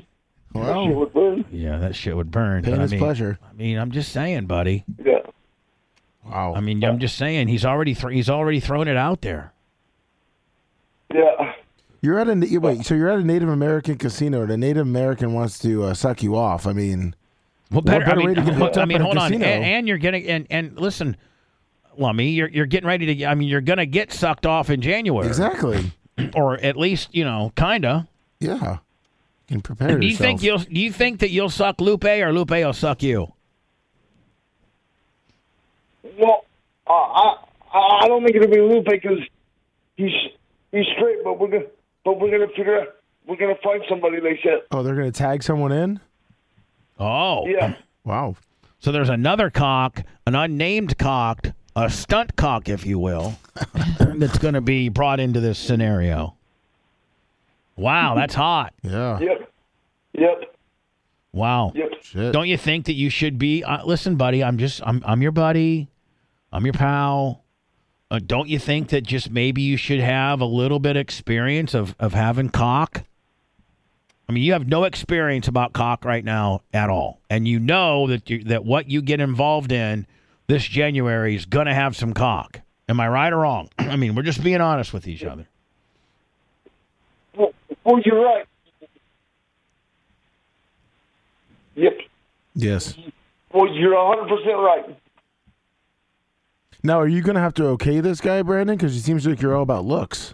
Speaker 7: That shit
Speaker 3: Well,
Speaker 7: would burn.
Speaker 1: Yeah, that shit would burn.
Speaker 3: pain
Speaker 1: but I
Speaker 3: is
Speaker 1: mean-
Speaker 3: pleasure.
Speaker 1: I mean, I'm just saying, buddy.
Speaker 7: Yeah.
Speaker 3: Wow.
Speaker 1: I mean, I'm just saying he's already thr he's already thrown it out there.
Speaker 7: Yeah.
Speaker 3: you're at a na- wait. So you're at a Native American casino, and a Native American wants to uh, suck you off. I mean,
Speaker 1: What
Speaker 3: better way to get hooked
Speaker 1: I
Speaker 3: up
Speaker 1: mean,
Speaker 3: at a
Speaker 1: hold on, and,
Speaker 3: casino?
Speaker 1: and you're getting and and listen, Lummy, you're you're getting ready to. I mean, you're gonna get sucked off in January,
Speaker 3: exactly.
Speaker 1: or at least you know, kinda.
Speaker 3: Yeah. You can prepare
Speaker 1: Do you
Speaker 3: yourself.
Speaker 1: think you'll do you think that you'll suck Lupe or Lupe will suck you?
Speaker 7: Well, uh, I I I don't think it'll be Lupe because he's he's straight, but we're gonna but we're gonna figure out we're gonna find somebody. They said,
Speaker 3: Oh, they're gonna tag someone in.
Speaker 1: Oh,
Speaker 7: yeah,
Speaker 3: Wow.
Speaker 1: so there's another cock, an unnamed cock, a stunt cock, if you will, that's gonna be brought into this scenario. Wow, that's hot.
Speaker 3: Yeah.
Speaker 7: yep, yep,
Speaker 1: Wow.
Speaker 7: yep.
Speaker 3: Shit.
Speaker 1: Don't you think that you should be? Uh, listen, buddy, I'm just, I'm, I'm your buddy, I'm your pal. Uh, don't you think that just maybe you should have a little bit experience of of having cock? I mean, you have no experience about cock right now at all, and you know that you, that what you get involved in this January is gonna have some cock. Am I right or wrong? I mean, we're just being honest with each other.
Speaker 7: Well, Well, you're right. Yep.
Speaker 3: Yes.
Speaker 7: Well, you're 100% right.
Speaker 3: Now, are you going to have to okay this guy, Brandon? Because he seems like you're all about looks.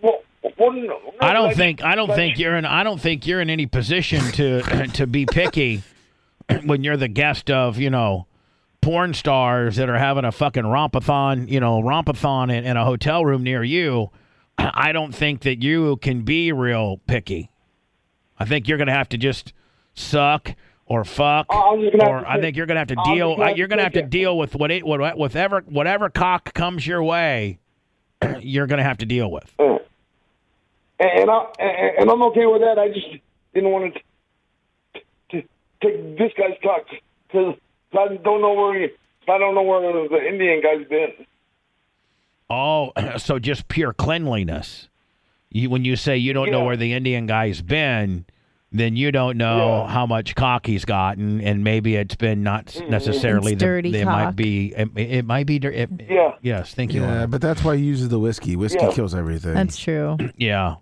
Speaker 7: Well, well no, no,
Speaker 1: I don't
Speaker 7: like-
Speaker 1: think I don't
Speaker 7: like-
Speaker 1: think you're in I don't think you're in any position to to be picky when you're the guest of you know porn stars that are having a fucking rompathon you know rompathon in, in a hotel room near you. I don't think that you can be real picky. I think you're gonna have to just suck or fuck,
Speaker 7: I'm just gonna have
Speaker 1: or
Speaker 7: to
Speaker 1: I
Speaker 7: take-
Speaker 1: think you're gonna have to
Speaker 7: I'm just
Speaker 1: deal.
Speaker 7: gonna have to
Speaker 1: You're gonna have to
Speaker 7: take it.
Speaker 1: deal with what it what whatever whatever cock comes your way. You're gonna have to deal with.
Speaker 7: Uh, and, and I and, and I'm okay with that. I just didn't want to t- t- take this guy's cock because I don't know where he, I don't know where the Indian guy's been.
Speaker 1: Oh, so just pure cleanliness. You, when you say you don't know
Speaker 7: Yeah.
Speaker 1: where the Indian guy's been, then you don't know
Speaker 7: Yeah. Mm-hmm.
Speaker 1: how much cock he's gotten, and maybe it's been not s- necessarily
Speaker 2: It's
Speaker 1: the,
Speaker 2: dirty
Speaker 1: It might
Speaker 2: cock.
Speaker 1: be. It, it might be. dir- It,
Speaker 7: Yeah.
Speaker 1: Yes. Thank you.
Speaker 3: Yeah,
Speaker 1: Lauren.
Speaker 3: but that's why he uses the whiskey. Whiskey
Speaker 7: Yeah.
Speaker 3: kills everything.
Speaker 2: That's true.
Speaker 1: Yeah.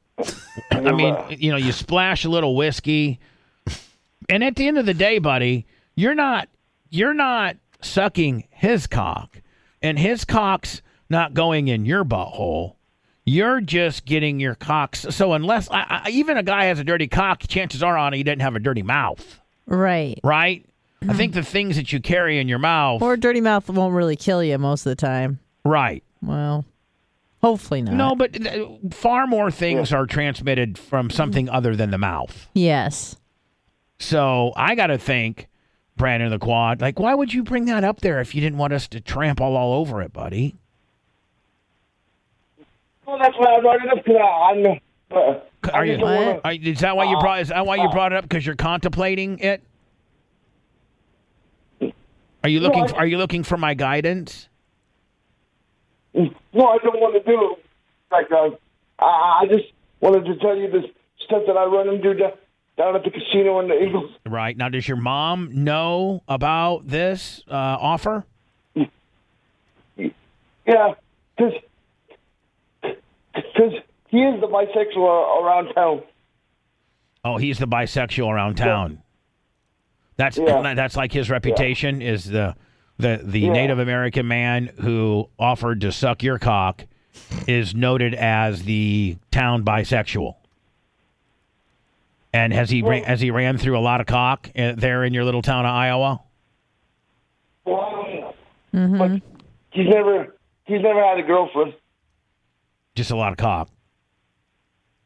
Speaker 1: I
Speaker 7: uh,
Speaker 1: mean, you know, you splash a little whiskey, and at the end of the day, buddy, you're not you're not sucking his cock, and his cock's not going in your butthole. You're just getting your cocks. So unless I, I, even a guy has a dirty cock, chances are on it he doesn't have a dirty mouth,
Speaker 2: Right.
Speaker 1: right? I think the things that you carry in your mouth,
Speaker 2: Or dirty mouth won't really kill you most of the time.
Speaker 1: right?
Speaker 2: Well, hopefully not.
Speaker 1: No, but th- far more things are transmitted from something other than the mouth.
Speaker 2: Yes.
Speaker 1: So I got to think, Brandon the Quad, like, why would you bring that up there if you didn't want us to trample all over it, buddy?
Speaker 7: Well, Oh, that's why I brought it up because I, I know. Uh,
Speaker 1: Are
Speaker 7: I
Speaker 1: you-
Speaker 7: just don't wanna- Uh,
Speaker 2: What?
Speaker 1: Are, is that why you brought? Is that why you brought it up? Because you're contemplating it? Are you looking?
Speaker 7: Well, I-
Speaker 1: Are you looking for my guidance?
Speaker 7: No, I don't want to do it like that. I, I just wanted to tell you this stuff that I run into down, down at the casino in the Eagles.
Speaker 1: Right now, does your mom know about this uh, offer?
Speaker 7: Yeah, because he is the bisexual around town.
Speaker 1: Oh, he's the bisexual around town. That's
Speaker 7: Yeah.
Speaker 1: that's like his reputation is the the the Native American man who offered to suck your cock is noted as the town bisexual. And has he ran, has he ran through a lot of cock uh, there in your little town of Iowa?
Speaker 7: But Mm-hmm. he's never he's never had a girlfriend.
Speaker 1: Just a lot of cock.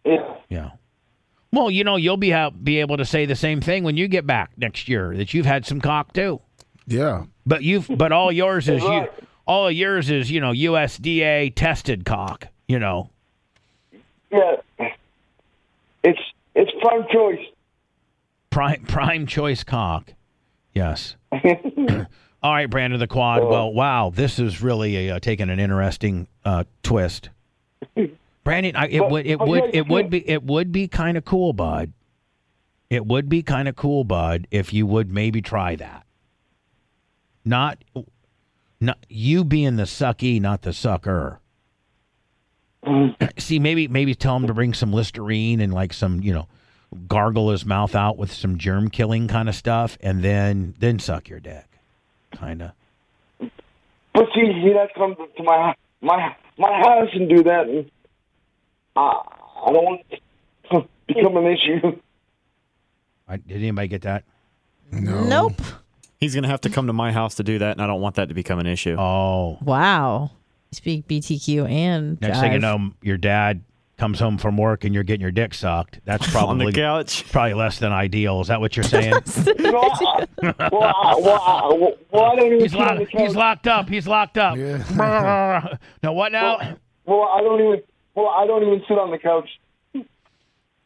Speaker 7: Yeah.
Speaker 1: Yeah. Well, you know, you'll be ha- be able to say the same thing when you get back next year that you've had some cock too.
Speaker 3: yeah.
Speaker 1: But you've but all yours is you
Speaker 7: Right.
Speaker 1: all of yours is, you know, USDA tested cock, you know.
Speaker 7: Yeah. It's it's prime choice.
Speaker 1: Prime prime choice cock. Yes. all right, Brandon the Quad. Well, wow, this is really uh, taking an interesting uh, twist. Brandon, I, it
Speaker 7: But-
Speaker 1: would it
Speaker 7: but
Speaker 1: would
Speaker 7: yeah,
Speaker 1: it would
Speaker 7: yeah.
Speaker 1: be it would be kind of cool, bud. It would be kind of cool, bud, if you would maybe try that. Not not you being the sucky, not the sucker. See, maybe maybe tell him to bring some Listerine and like some, you know, gargle his mouth out with some germ killing kind of stuff and then then suck your dick. Kinda.
Speaker 7: But see, he has come to my my my house and do that, and I I don't want it to become an issue.
Speaker 1: I, did anybody get that?
Speaker 2: Nope.
Speaker 4: He's gonna have to come to my house to do that, and I don't want that to become an issue.
Speaker 1: Oh.
Speaker 2: Wow. You speak BTQ and
Speaker 1: Next thing you
Speaker 2: jive.
Speaker 1: know, your dad comes home from work and you're getting your dick sucked. That's
Speaker 4: On the
Speaker 1: probably
Speaker 4: couch.
Speaker 1: probably less than ideal. Is that what you're saying?
Speaker 7: well, I, well, I, well, I, well, I don't even
Speaker 1: he's
Speaker 7: sit on
Speaker 1: locked.
Speaker 7: the
Speaker 1: He's
Speaker 7: couch.
Speaker 1: locked up. He's locked up.
Speaker 3: Yeah.
Speaker 1: now what now?
Speaker 7: Well, I don't even well, I don't even sit on the couch.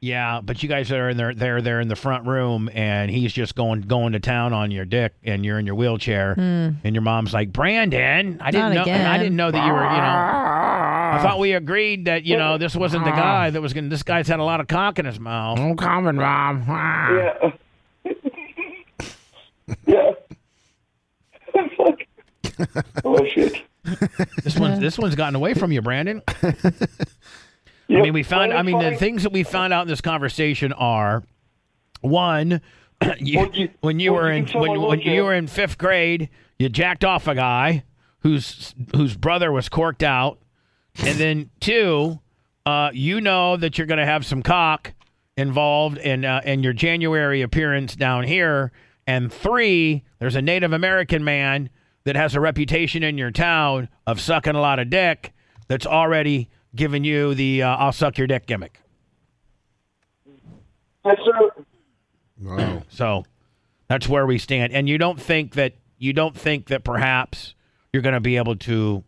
Speaker 1: Yeah, but you guys are in there, there, there in the front room, and he's just going, going to town on your dick, and you're in your wheelchair, and your mom's like, "Brandon, I didn't
Speaker 2: Hmm. Not
Speaker 1: know, I
Speaker 2: again."
Speaker 1: didn't know that you were, you know, I thought we agreed that you know this wasn't the guy that was gonna. This guy's had a lot of cock in his mouth.
Speaker 3: I'm coming, Rob.
Speaker 7: Yeah. yeah. Fuck. oh shit.
Speaker 1: This one's, this one's gotten away from you, Brandon. I mean, we found. I mean, the things that we found out in this conversation are one, you, when you were in when, when you were in fifth grade, you jacked off a guy whose whose brother was corked out, and then two, uh, you know that you're going to have some cock involved in uh, in your January appearance down here, and three, there's a Native American man that has a reputation in your town of sucking a lot of dick that's already giving you the uh, "I'll suck your dick" gimmick.
Speaker 7: Yes, sir.
Speaker 3: Wow.
Speaker 1: So that's where we stand. And you don't think that you don't think that perhaps you're going to be able to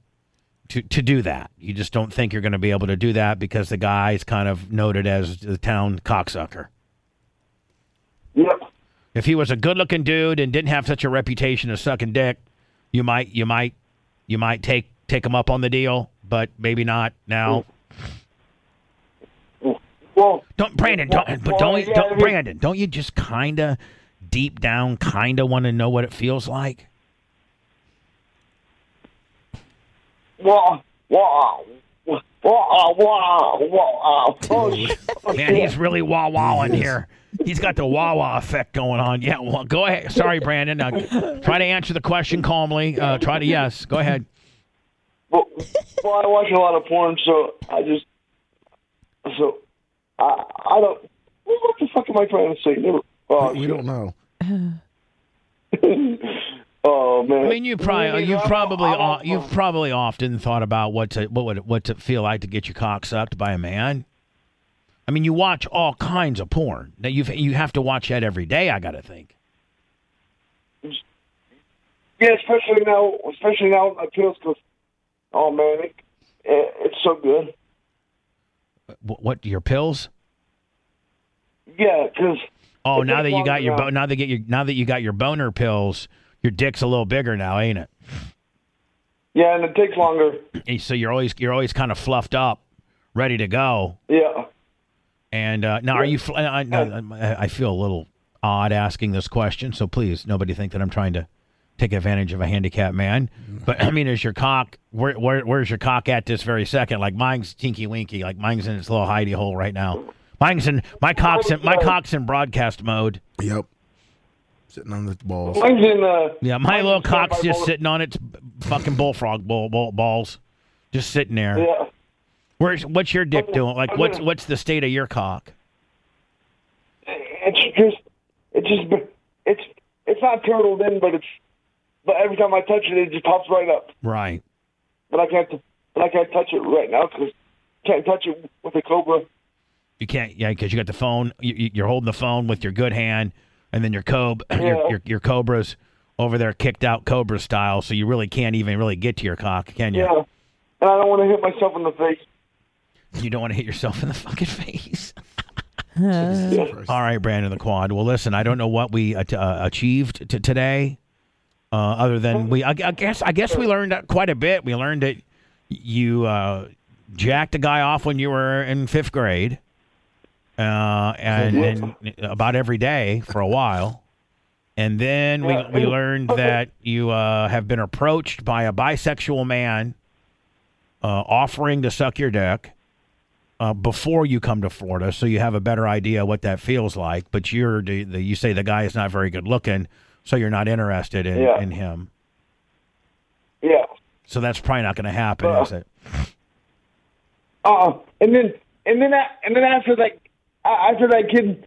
Speaker 1: to to do that. You just don't think you're going to be able to do that because the guy is kind of noted as the town cocksucker.
Speaker 7: Yep.
Speaker 1: If he was a good-looking dude and didn't have such a reputation of sucking dick, you might you might you might take take him up on the deal, but maybe not now.
Speaker 7: Well,
Speaker 1: Don't Brandon, don't but don't
Speaker 7: yeah, I
Speaker 1: don't
Speaker 7: mean-
Speaker 1: Brandon, don't you just kind of deep down kind of want to know what it feels like?
Speaker 7: wow, wow, wow, wow, wow. Oh,
Speaker 1: Man, he's really wah wahing here. He's got the wah wah effect going on. Yeah, well, go ahead. Sorry, Brandon. Uh, try to answer the question calmly. Uh, try to yes. Go ahead.
Speaker 7: well, well, I watch a lot of porn, so I just so I I don't. What the fuck am I trying to say? Never. Oh,
Speaker 3: We
Speaker 7: shit.
Speaker 3: don't know.
Speaker 7: oh man.
Speaker 1: I mean, you probably you probably o- you've probably often thought about what to what would it, what's it feel like to get your cock sucked by a man. I mean, you watch all kinds of porn. Now you you have to watch that every day. I gotta think.
Speaker 7: Yeah, especially now, especially now with my pills, 'cause oh man, it, it, it's so good.
Speaker 1: What, what your pills?
Speaker 7: Yeah, 'cause
Speaker 1: Oh,
Speaker 7: It
Speaker 1: now
Speaker 7: takes
Speaker 1: that you
Speaker 7: longer
Speaker 1: got your
Speaker 7: now.
Speaker 1: bo- now that get your now that you got your boner pills, your dick's a little bigger now, ain't it?
Speaker 7: yeah, and it takes longer.
Speaker 1: And so you're always you're always kind of fluffed up, ready to go.
Speaker 7: Yeah.
Speaker 1: And uh, now, are you? Fl- I, I, I feel a little odd asking this question, so please, nobody think that I'm trying to take advantage of a handicapped man. But I mean, is your cock? Where, where, where's your cock at this very second? Like mine's tinky winky. Like mine's in its little hidey hole right now. Mine's in my cock's in my cock's in broadcast mode.
Speaker 3: Yep. Sitting on the balls.
Speaker 7: Mine's in uh,
Speaker 1: Yeah, my
Speaker 7: Mine's
Speaker 1: little
Speaker 7: in
Speaker 1: cock's
Speaker 7: my
Speaker 1: just
Speaker 7: bowl-
Speaker 1: sitting on its b- fucking bullfrog bull, bull, balls, just sitting there.
Speaker 7: yeah.
Speaker 1: Where's what's your dick doing? Like what's what's the state of your cock?
Speaker 7: It's just, it's just, it's, it's not turtled in, but it's, but every time I touch it, it just pops right up.
Speaker 1: Right.
Speaker 7: But I can't, but I can't touch it right now 'cause can't touch it with a cobra.
Speaker 1: You can't, yeah, because you got the phone. You, you- you're holding the phone with your good hand, and then your cob, your,
Speaker 7: Yeah.
Speaker 1: your your cobras over there kicked out cobra style. So you really can't even really get to your cock, can you?
Speaker 7: Yeah. And I don't want to hit myself in the face.
Speaker 1: You don't want to hit yourself in the fucking face.
Speaker 3: Jesus Christ.
Speaker 1: All right, Brandon the Quad. Well, listen, I don't know what we uh, t- uh, achieved t- today, uh, other than we. I, I guess I guess we learned quite a bit. We learned that you uh, jacked a guy off when you were in fifth grade, uh, and, and about every day for a while, and then we we learned that you uh, have been approached by a bisexual man uh, offering to suck your dick uh, before you come to Florida, so you have a better idea what that feels like. But you're the, the you say the guy is not very good looking, so you're not interested in,
Speaker 7: Yeah.
Speaker 1: in him.
Speaker 7: Yeah.
Speaker 1: So that's probably not going to happen,
Speaker 7: Uh.
Speaker 1: is it?
Speaker 7: Uh, and then and then I, and then after that a- after that kid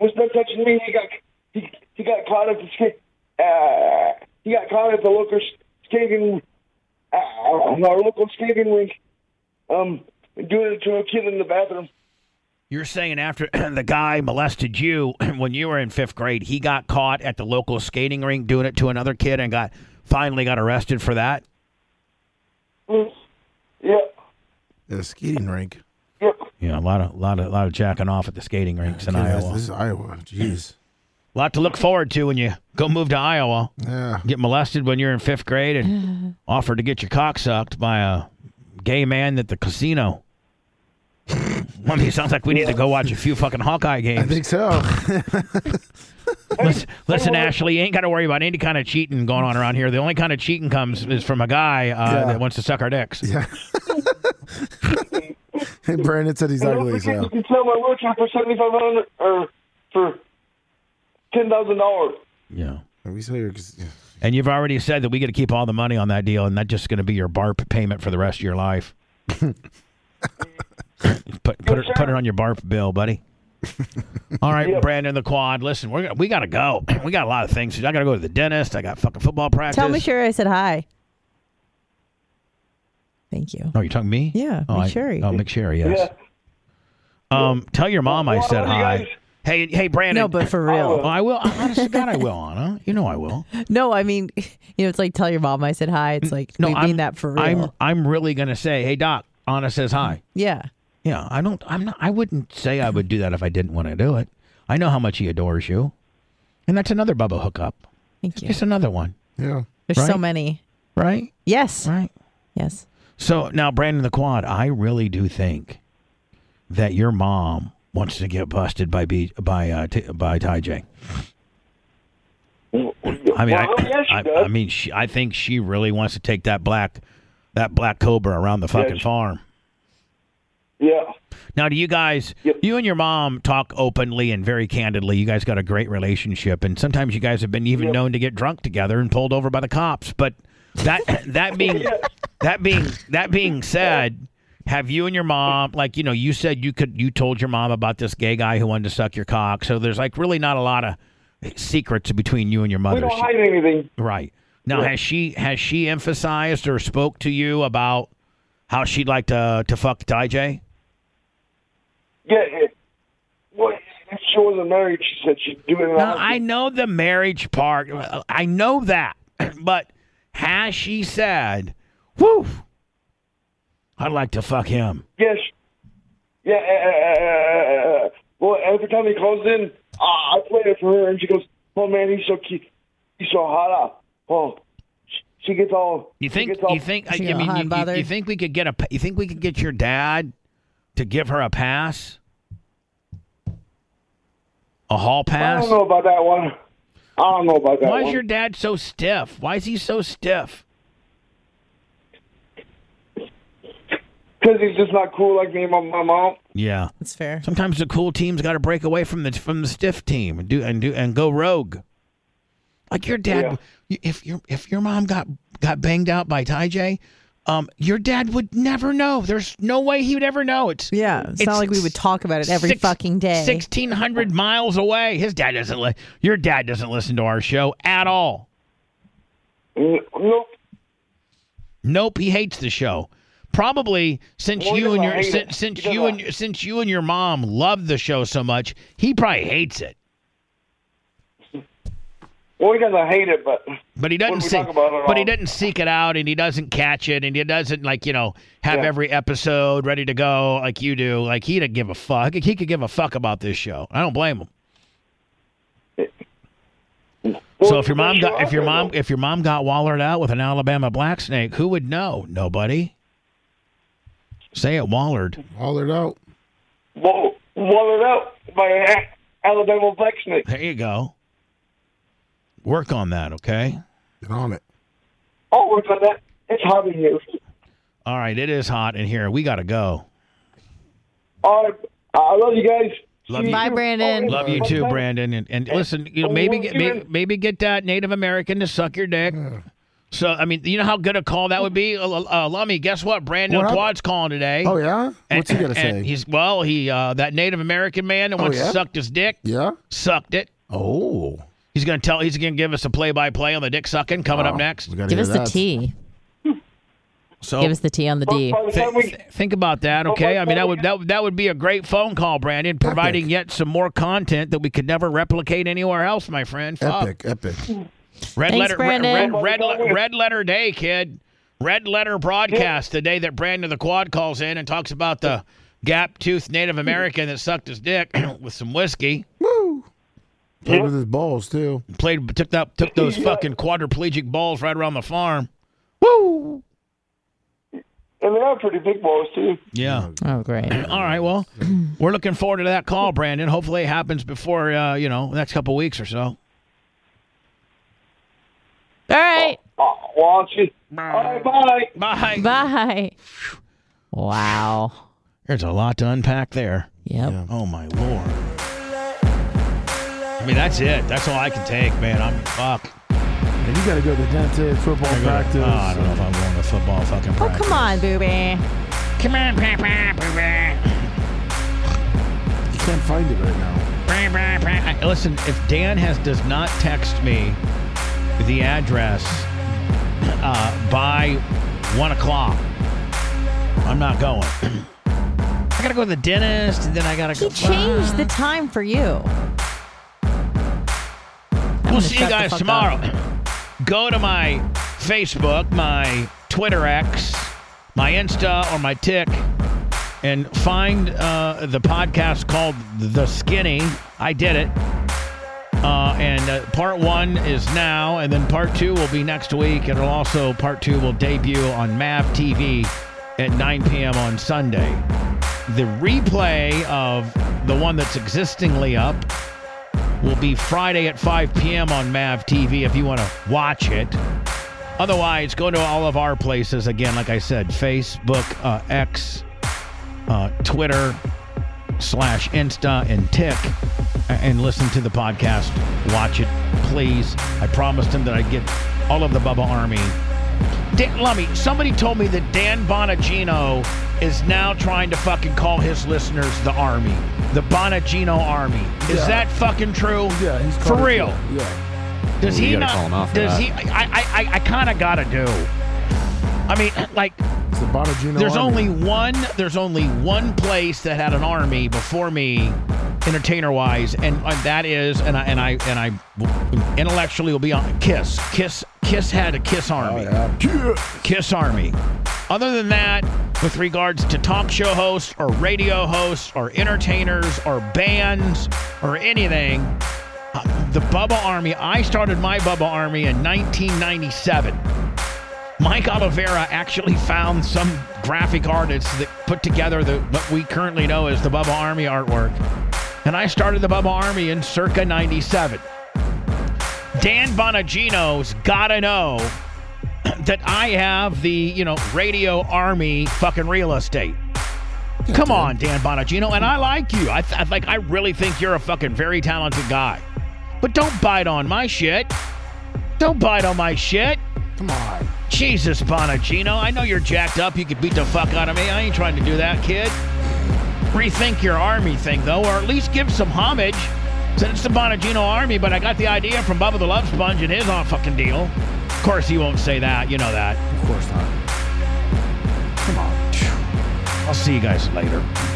Speaker 7: was not touching me, he got he, he got caught at the sk- uh, he got caught at the local s- skating uh, our local skating rink, um, doing it to a kid in the bathroom.
Speaker 1: You're saying after the guy molested you when you were in fifth grade, he got caught at the local skating rink doing it to another kid and got finally got arrested for that.
Speaker 7: Yeah,
Speaker 3: At a skating rink.
Speaker 7: yeah.
Speaker 1: Yeah, a lot of lot of lot of jacking off at the skating rinks in
Speaker 3: Yeah, this-
Speaker 1: Iowa.
Speaker 3: This is Iowa. Jeez.
Speaker 1: lot to look forward to when you go move to Iowa.
Speaker 3: Yeah.
Speaker 1: get molested when you're in fifth grade and offered to get your cock sucked by a gay man at the casino. I mean, it sounds like we need to go watch a few fucking Hawkeye
Speaker 3: I
Speaker 1: games.
Speaker 3: think so.
Speaker 1: listen, listen, Ashley, you ain't got to worry about any kind of cheating going on around here. The only kind of cheating comes is from a guy uh,
Speaker 3: Yeah.
Speaker 1: that wants to suck our dicks.
Speaker 3: yeah. Brandon said he's
Speaker 7: And don't
Speaker 3: ugly,
Speaker 7: forget,
Speaker 3: so.
Speaker 7: You can sell my wheelchair for seventy five hundred or for ten thousand dollars.
Speaker 1: Yeah.
Speaker 3: We saw your.
Speaker 1: And you've already said that we got to keep all the money on that deal, and that's just going to be your BARP payment for the rest of your life. put put it, put it on your BARP bill, buddy. All right, Brandon the Quad. Listen, we're, gonna- we got to go. We got a lot of things. to do. I got to go to the dentist. I got fucking football practice.
Speaker 2: Tell me sure I said hi. Thank you.
Speaker 1: Oh, you're talking to me?
Speaker 2: Yeah,
Speaker 1: oh,
Speaker 2: McSherry.
Speaker 1: I, oh, McSherry, yes. Um, tell your mom I said hi. Hey, hey, Brandon.
Speaker 2: No, but for real.
Speaker 1: Oh, I will. Honest to God, I will, Anna. You know I will.
Speaker 2: No, I mean, you know, it's like tell your mom I said hi. It's like
Speaker 1: No,
Speaker 2: we
Speaker 1: I'm
Speaker 2: mean that for real.
Speaker 1: I'm I'm really gonna say, hey, Doc. Anna says hi.
Speaker 2: yeah.
Speaker 1: Yeah, I don't. I'm not. I wouldn't say I would do that if I didn't want to do it. I know how much he adores you, and that's another Bubba hookup.
Speaker 2: Thank you.
Speaker 1: Just another one,
Speaker 3: Yeah.
Speaker 2: There's so
Speaker 1: right?
Speaker 2: many.
Speaker 1: right?
Speaker 2: Yes.
Speaker 1: Right.
Speaker 2: Yes.
Speaker 1: So now, Brandon the Quad, I really do think that your mom wants to get busted by B, by uh, t- by Ty J. I mean,
Speaker 7: Well,
Speaker 1: I,
Speaker 7: yeah, she
Speaker 1: I,
Speaker 7: does.
Speaker 1: I mean, she, I think she really wants to take that black that black cobra around the fucking
Speaker 7: she-
Speaker 1: farm.
Speaker 7: Yeah.
Speaker 1: Now, do you guys,
Speaker 7: Yep.
Speaker 1: you and your mom talk openly and very candidly? You guys got a great relationship, and sometimes you guys have been even known to get drunk together and pulled over by the cops. But that that being that being that being said, have you and your mom like you know you said you could you told your mom about this gay guy who wanted to suck your cock? So there's like really not a lot of secrets between you and your mother.
Speaker 7: We don't
Speaker 1: She-
Speaker 7: hide anything.
Speaker 1: Right. Now has she has she emphasized or spoke to you about how she'd like to to fuck Ty J?
Speaker 7: Yeah. It, well, if she wasn't married, she said she'd do it. in a
Speaker 1: Now, I
Speaker 7: heartbeat.
Speaker 1: know the marriage part. I know that. But has she said, whew, I'd like to fuck him?
Speaker 7: Yes. Yeah. Uh, uh, uh, uh, well, every time he calls in, uh, I play it for her, and she goes, "Oh man, he's so cute. He's so hot." Uh, oh, she, she gets all.
Speaker 1: You
Speaker 7: she
Speaker 1: think,
Speaker 7: gets all-
Speaker 1: you think, I,
Speaker 2: She
Speaker 1: I
Speaker 2: got
Speaker 1: mean,
Speaker 2: hot
Speaker 1: you-
Speaker 2: and
Speaker 1: you, you,
Speaker 2: bothered.
Speaker 1: think we could get a, pa- you think we could get your dad to give her a pass? A hall
Speaker 7: I
Speaker 1: pass?
Speaker 7: don't know about that one. I don't know about that
Speaker 1: Why is
Speaker 7: one.
Speaker 1: your dad so stiff? Why is he so stiff?
Speaker 7: Because he's just not cool like me and my, my mom.
Speaker 1: Yeah.
Speaker 2: That's fair.
Speaker 1: Sometimes the cool team's got to break away from the from the stiff team and do and do and go rogue. Like your dad, you if your if your mom got got banged out by Ty J, um, your dad would never know. There's no way he would ever know. It's
Speaker 2: Yeah. It's, not
Speaker 1: It's
Speaker 2: like we would talk about it every
Speaker 1: six-
Speaker 2: fucking day.
Speaker 1: Sixteen hundred miles away. His dad doesn't. Li- your dad doesn't listen to our show at all.
Speaker 7: N- Mm, Nope.
Speaker 1: Nope, he hates the show. Probably since
Speaker 7: Well, he
Speaker 1: you and
Speaker 7: doesn't
Speaker 1: your
Speaker 7: hate it.
Speaker 1: since, since
Speaker 7: He doesn't.
Speaker 1: you and your- since you and your mom love the show so much, he probably hates it.
Speaker 7: Well, he doesn't hate it, but
Speaker 1: But he
Speaker 7: When
Speaker 1: doesn't
Speaker 7: we
Speaker 1: seek,
Speaker 7: talk about it
Speaker 1: but he
Speaker 7: all.
Speaker 1: doesn't seek it out, and he doesn't catch it, and he doesn't like you know have
Speaker 7: Yeah.
Speaker 1: every episode ready to go like you do. Like he didn't give a fuck. He could give a fuck about this show. I don't blame him. so if your mom got if your mom if your mom got wallered out with an Alabama black snake, who would know? Nobody. Say it, wallered.
Speaker 3: Hollered out.
Speaker 7: well, well it out by an A- Alabama black snake.
Speaker 1: There you go. Work on that, okay?
Speaker 3: Get on it.
Speaker 7: I'll work on that. It's hot in here.
Speaker 1: All right, it is hot in here. We gotta go.
Speaker 7: All right, I love you guys.
Speaker 1: Love
Speaker 7: See
Speaker 1: you.
Speaker 2: Bye,
Speaker 7: soon.
Speaker 2: Brandon.
Speaker 7: Oh,
Speaker 1: Love you
Speaker 7: bye,
Speaker 1: too,
Speaker 7: bye.
Speaker 1: Brandon. And, and listen, you know,
Speaker 7: Oh,
Speaker 1: maybe
Speaker 7: well,
Speaker 1: get
Speaker 7: you
Speaker 1: maybe,
Speaker 7: know-
Speaker 1: maybe get that Native American to suck your dick. So I mean, you know how good a call that would be. Uh, uh, Lummy, guess what? Brandon
Speaker 3: What hap-
Speaker 1: Quad's calling today.
Speaker 3: Oh, yeah? What's he
Speaker 1: And-
Speaker 3: going to
Speaker 1: and
Speaker 3: say? Oh,
Speaker 1: He's well, he uh, that Native American man that once
Speaker 3: yeah?
Speaker 1: sucked his dick,
Speaker 3: Yeah?
Speaker 1: sucked it.
Speaker 3: Oh.
Speaker 1: He's gonna tell. He's gonna give us a play-by-play on the dick sucking coming up
Speaker 3: Oh,
Speaker 1: next.
Speaker 3: we gotta
Speaker 2: Give
Speaker 3: hear
Speaker 2: us the
Speaker 3: that.
Speaker 2: T.
Speaker 1: So Oh,
Speaker 2: Give us the T on the D.
Speaker 7: By the
Speaker 1: Th-
Speaker 7: time we
Speaker 1: th- think about that, okay? I mean, that
Speaker 7: well,
Speaker 1: would that, would- that would be a great phone call, Brandon, providing yet some more content that we could never replicate anywhere else, my friend. Fuck.
Speaker 3: Epic, epic.
Speaker 1: Red
Speaker 2: Thanks,
Speaker 1: letter, red, red,
Speaker 2: Brandon.
Speaker 1: red, le- red letter day, kid. Red letter broadcast the day that Brandon the Quad calls in and talks about the gap toothed Native American that sucked his dick with some whiskey.
Speaker 3: Woo! Played with his balls, too.
Speaker 1: Played, took that, took those fucking quadriplegic balls right around the farm. Woo!
Speaker 7: And they are pretty big balls too.
Speaker 1: Yeah.
Speaker 2: Oh, great.
Speaker 1: All right. Well, we're looking forward to that call, Brandon. Hopefully, it happens before uh, you know next couple weeks or so.
Speaker 2: All right.
Speaker 7: Oh, well, she. All right, bye.
Speaker 1: Bye.
Speaker 2: Bye. Wow.
Speaker 1: There's a lot to unpack there.
Speaker 2: Yep.
Speaker 3: Yeah.
Speaker 1: Oh my lord. I mean, that's it. That's all I can take, man. I'm fuck.
Speaker 3: And you got to go to the dentist, football
Speaker 1: I gotta-
Speaker 3: practice.
Speaker 1: oh, I don't know if I'm going to football fucking
Speaker 2: Oh,
Speaker 1: practice.
Speaker 2: come on, booby.
Speaker 1: Come on, Papa, Papa.
Speaker 3: You can't find it right now.
Speaker 1: I- Listen, if Dan has does not text me the address uh, by one o'clock, I'm not going. I gotta go to the dentist, and then I gotta
Speaker 2: He
Speaker 1: go.
Speaker 2: changed the time for you.
Speaker 1: We'll see you
Speaker 2: shut the
Speaker 1: guys
Speaker 2: fuck
Speaker 1: tomorrow. Go to my Facebook, my Twitter X, my Insta, or my Tick, and find uh, the podcast called The Skinny. I did it. Uh, and uh, part one is now, and then part two will be next week. And it'll also, part two will debut on MAV TV at 9 p.m. on Sunday. The replay of the one that's existingly up will be Friday at 5 p.m. on MAV TV if you want to watch it. Otherwise, go to all of our places. Again, like I said, Facebook, uh, X, uh, Twitter, slash Insta, and Tick, a- and listen to the podcast. Watch it, please. I promised him that I'd get all of the Bubba Army. Dan, Lummy, somebody told me that Dan Bonagino is now trying to fucking call his listeners the Army. The Bonagino Army. Is
Speaker 3: Yeah.
Speaker 1: that fucking true?
Speaker 3: Yeah, he's
Speaker 1: For
Speaker 3: called it-
Speaker 1: real.
Speaker 3: Yeah.
Speaker 1: Does
Speaker 4: Ooh, you
Speaker 1: he
Speaker 4: gotta
Speaker 1: not?
Speaker 4: call him out for
Speaker 1: does
Speaker 4: that.
Speaker 1: he? I, I, I, I kind of gotta do. I mean, like,
Speaker 3: It's the Bonagino.
Speaker 1: there's
Speaker 3: Army.
Speaker 1: only one. There's only one place that had an army before me, entertainer-wise, and uh, that is, and I and I and I intellectually will be on Kiss. Kiss. Kiss had a Kiss
Speaker 3: Oh,
Speaker 1: army.
Speaker 4: Oh,
Speaker 1: Kiss Army. Other than that, with regards to talk show hosts or radio hosts or entertainers or bands or anything, uh, the Bubba Army, I started my Bubba Army in 1997. Mike Oliveira actually found some graphic artists that put together the what we currently know as the Bubba Army artwork. And I started the Bubba Army in circa 97. Dan Bonagino's gotta know that I have the, you know, radio army fucking real estate. Come on, Dan Bonagino, and I like you. I, th- I like I really think you're a fucking very talented guy. But don't bite on my shit. Don't bite on my shit.
Speaker 3: Come on.
Speaker 1: Jesus Bonagino, I know you're jacked up. You could beat the fuck out of me. I ain't trying to do that, kid. Rethink your army thing though, or at least give some homage. Said it's the Bonagino army, but I got the idea from Bubba the Love Sponge and his on fucking deal. Of course he won't say that, you know that.
Speaker 3: Of course not. Come on.
Speaker 1: I'll see you guys later.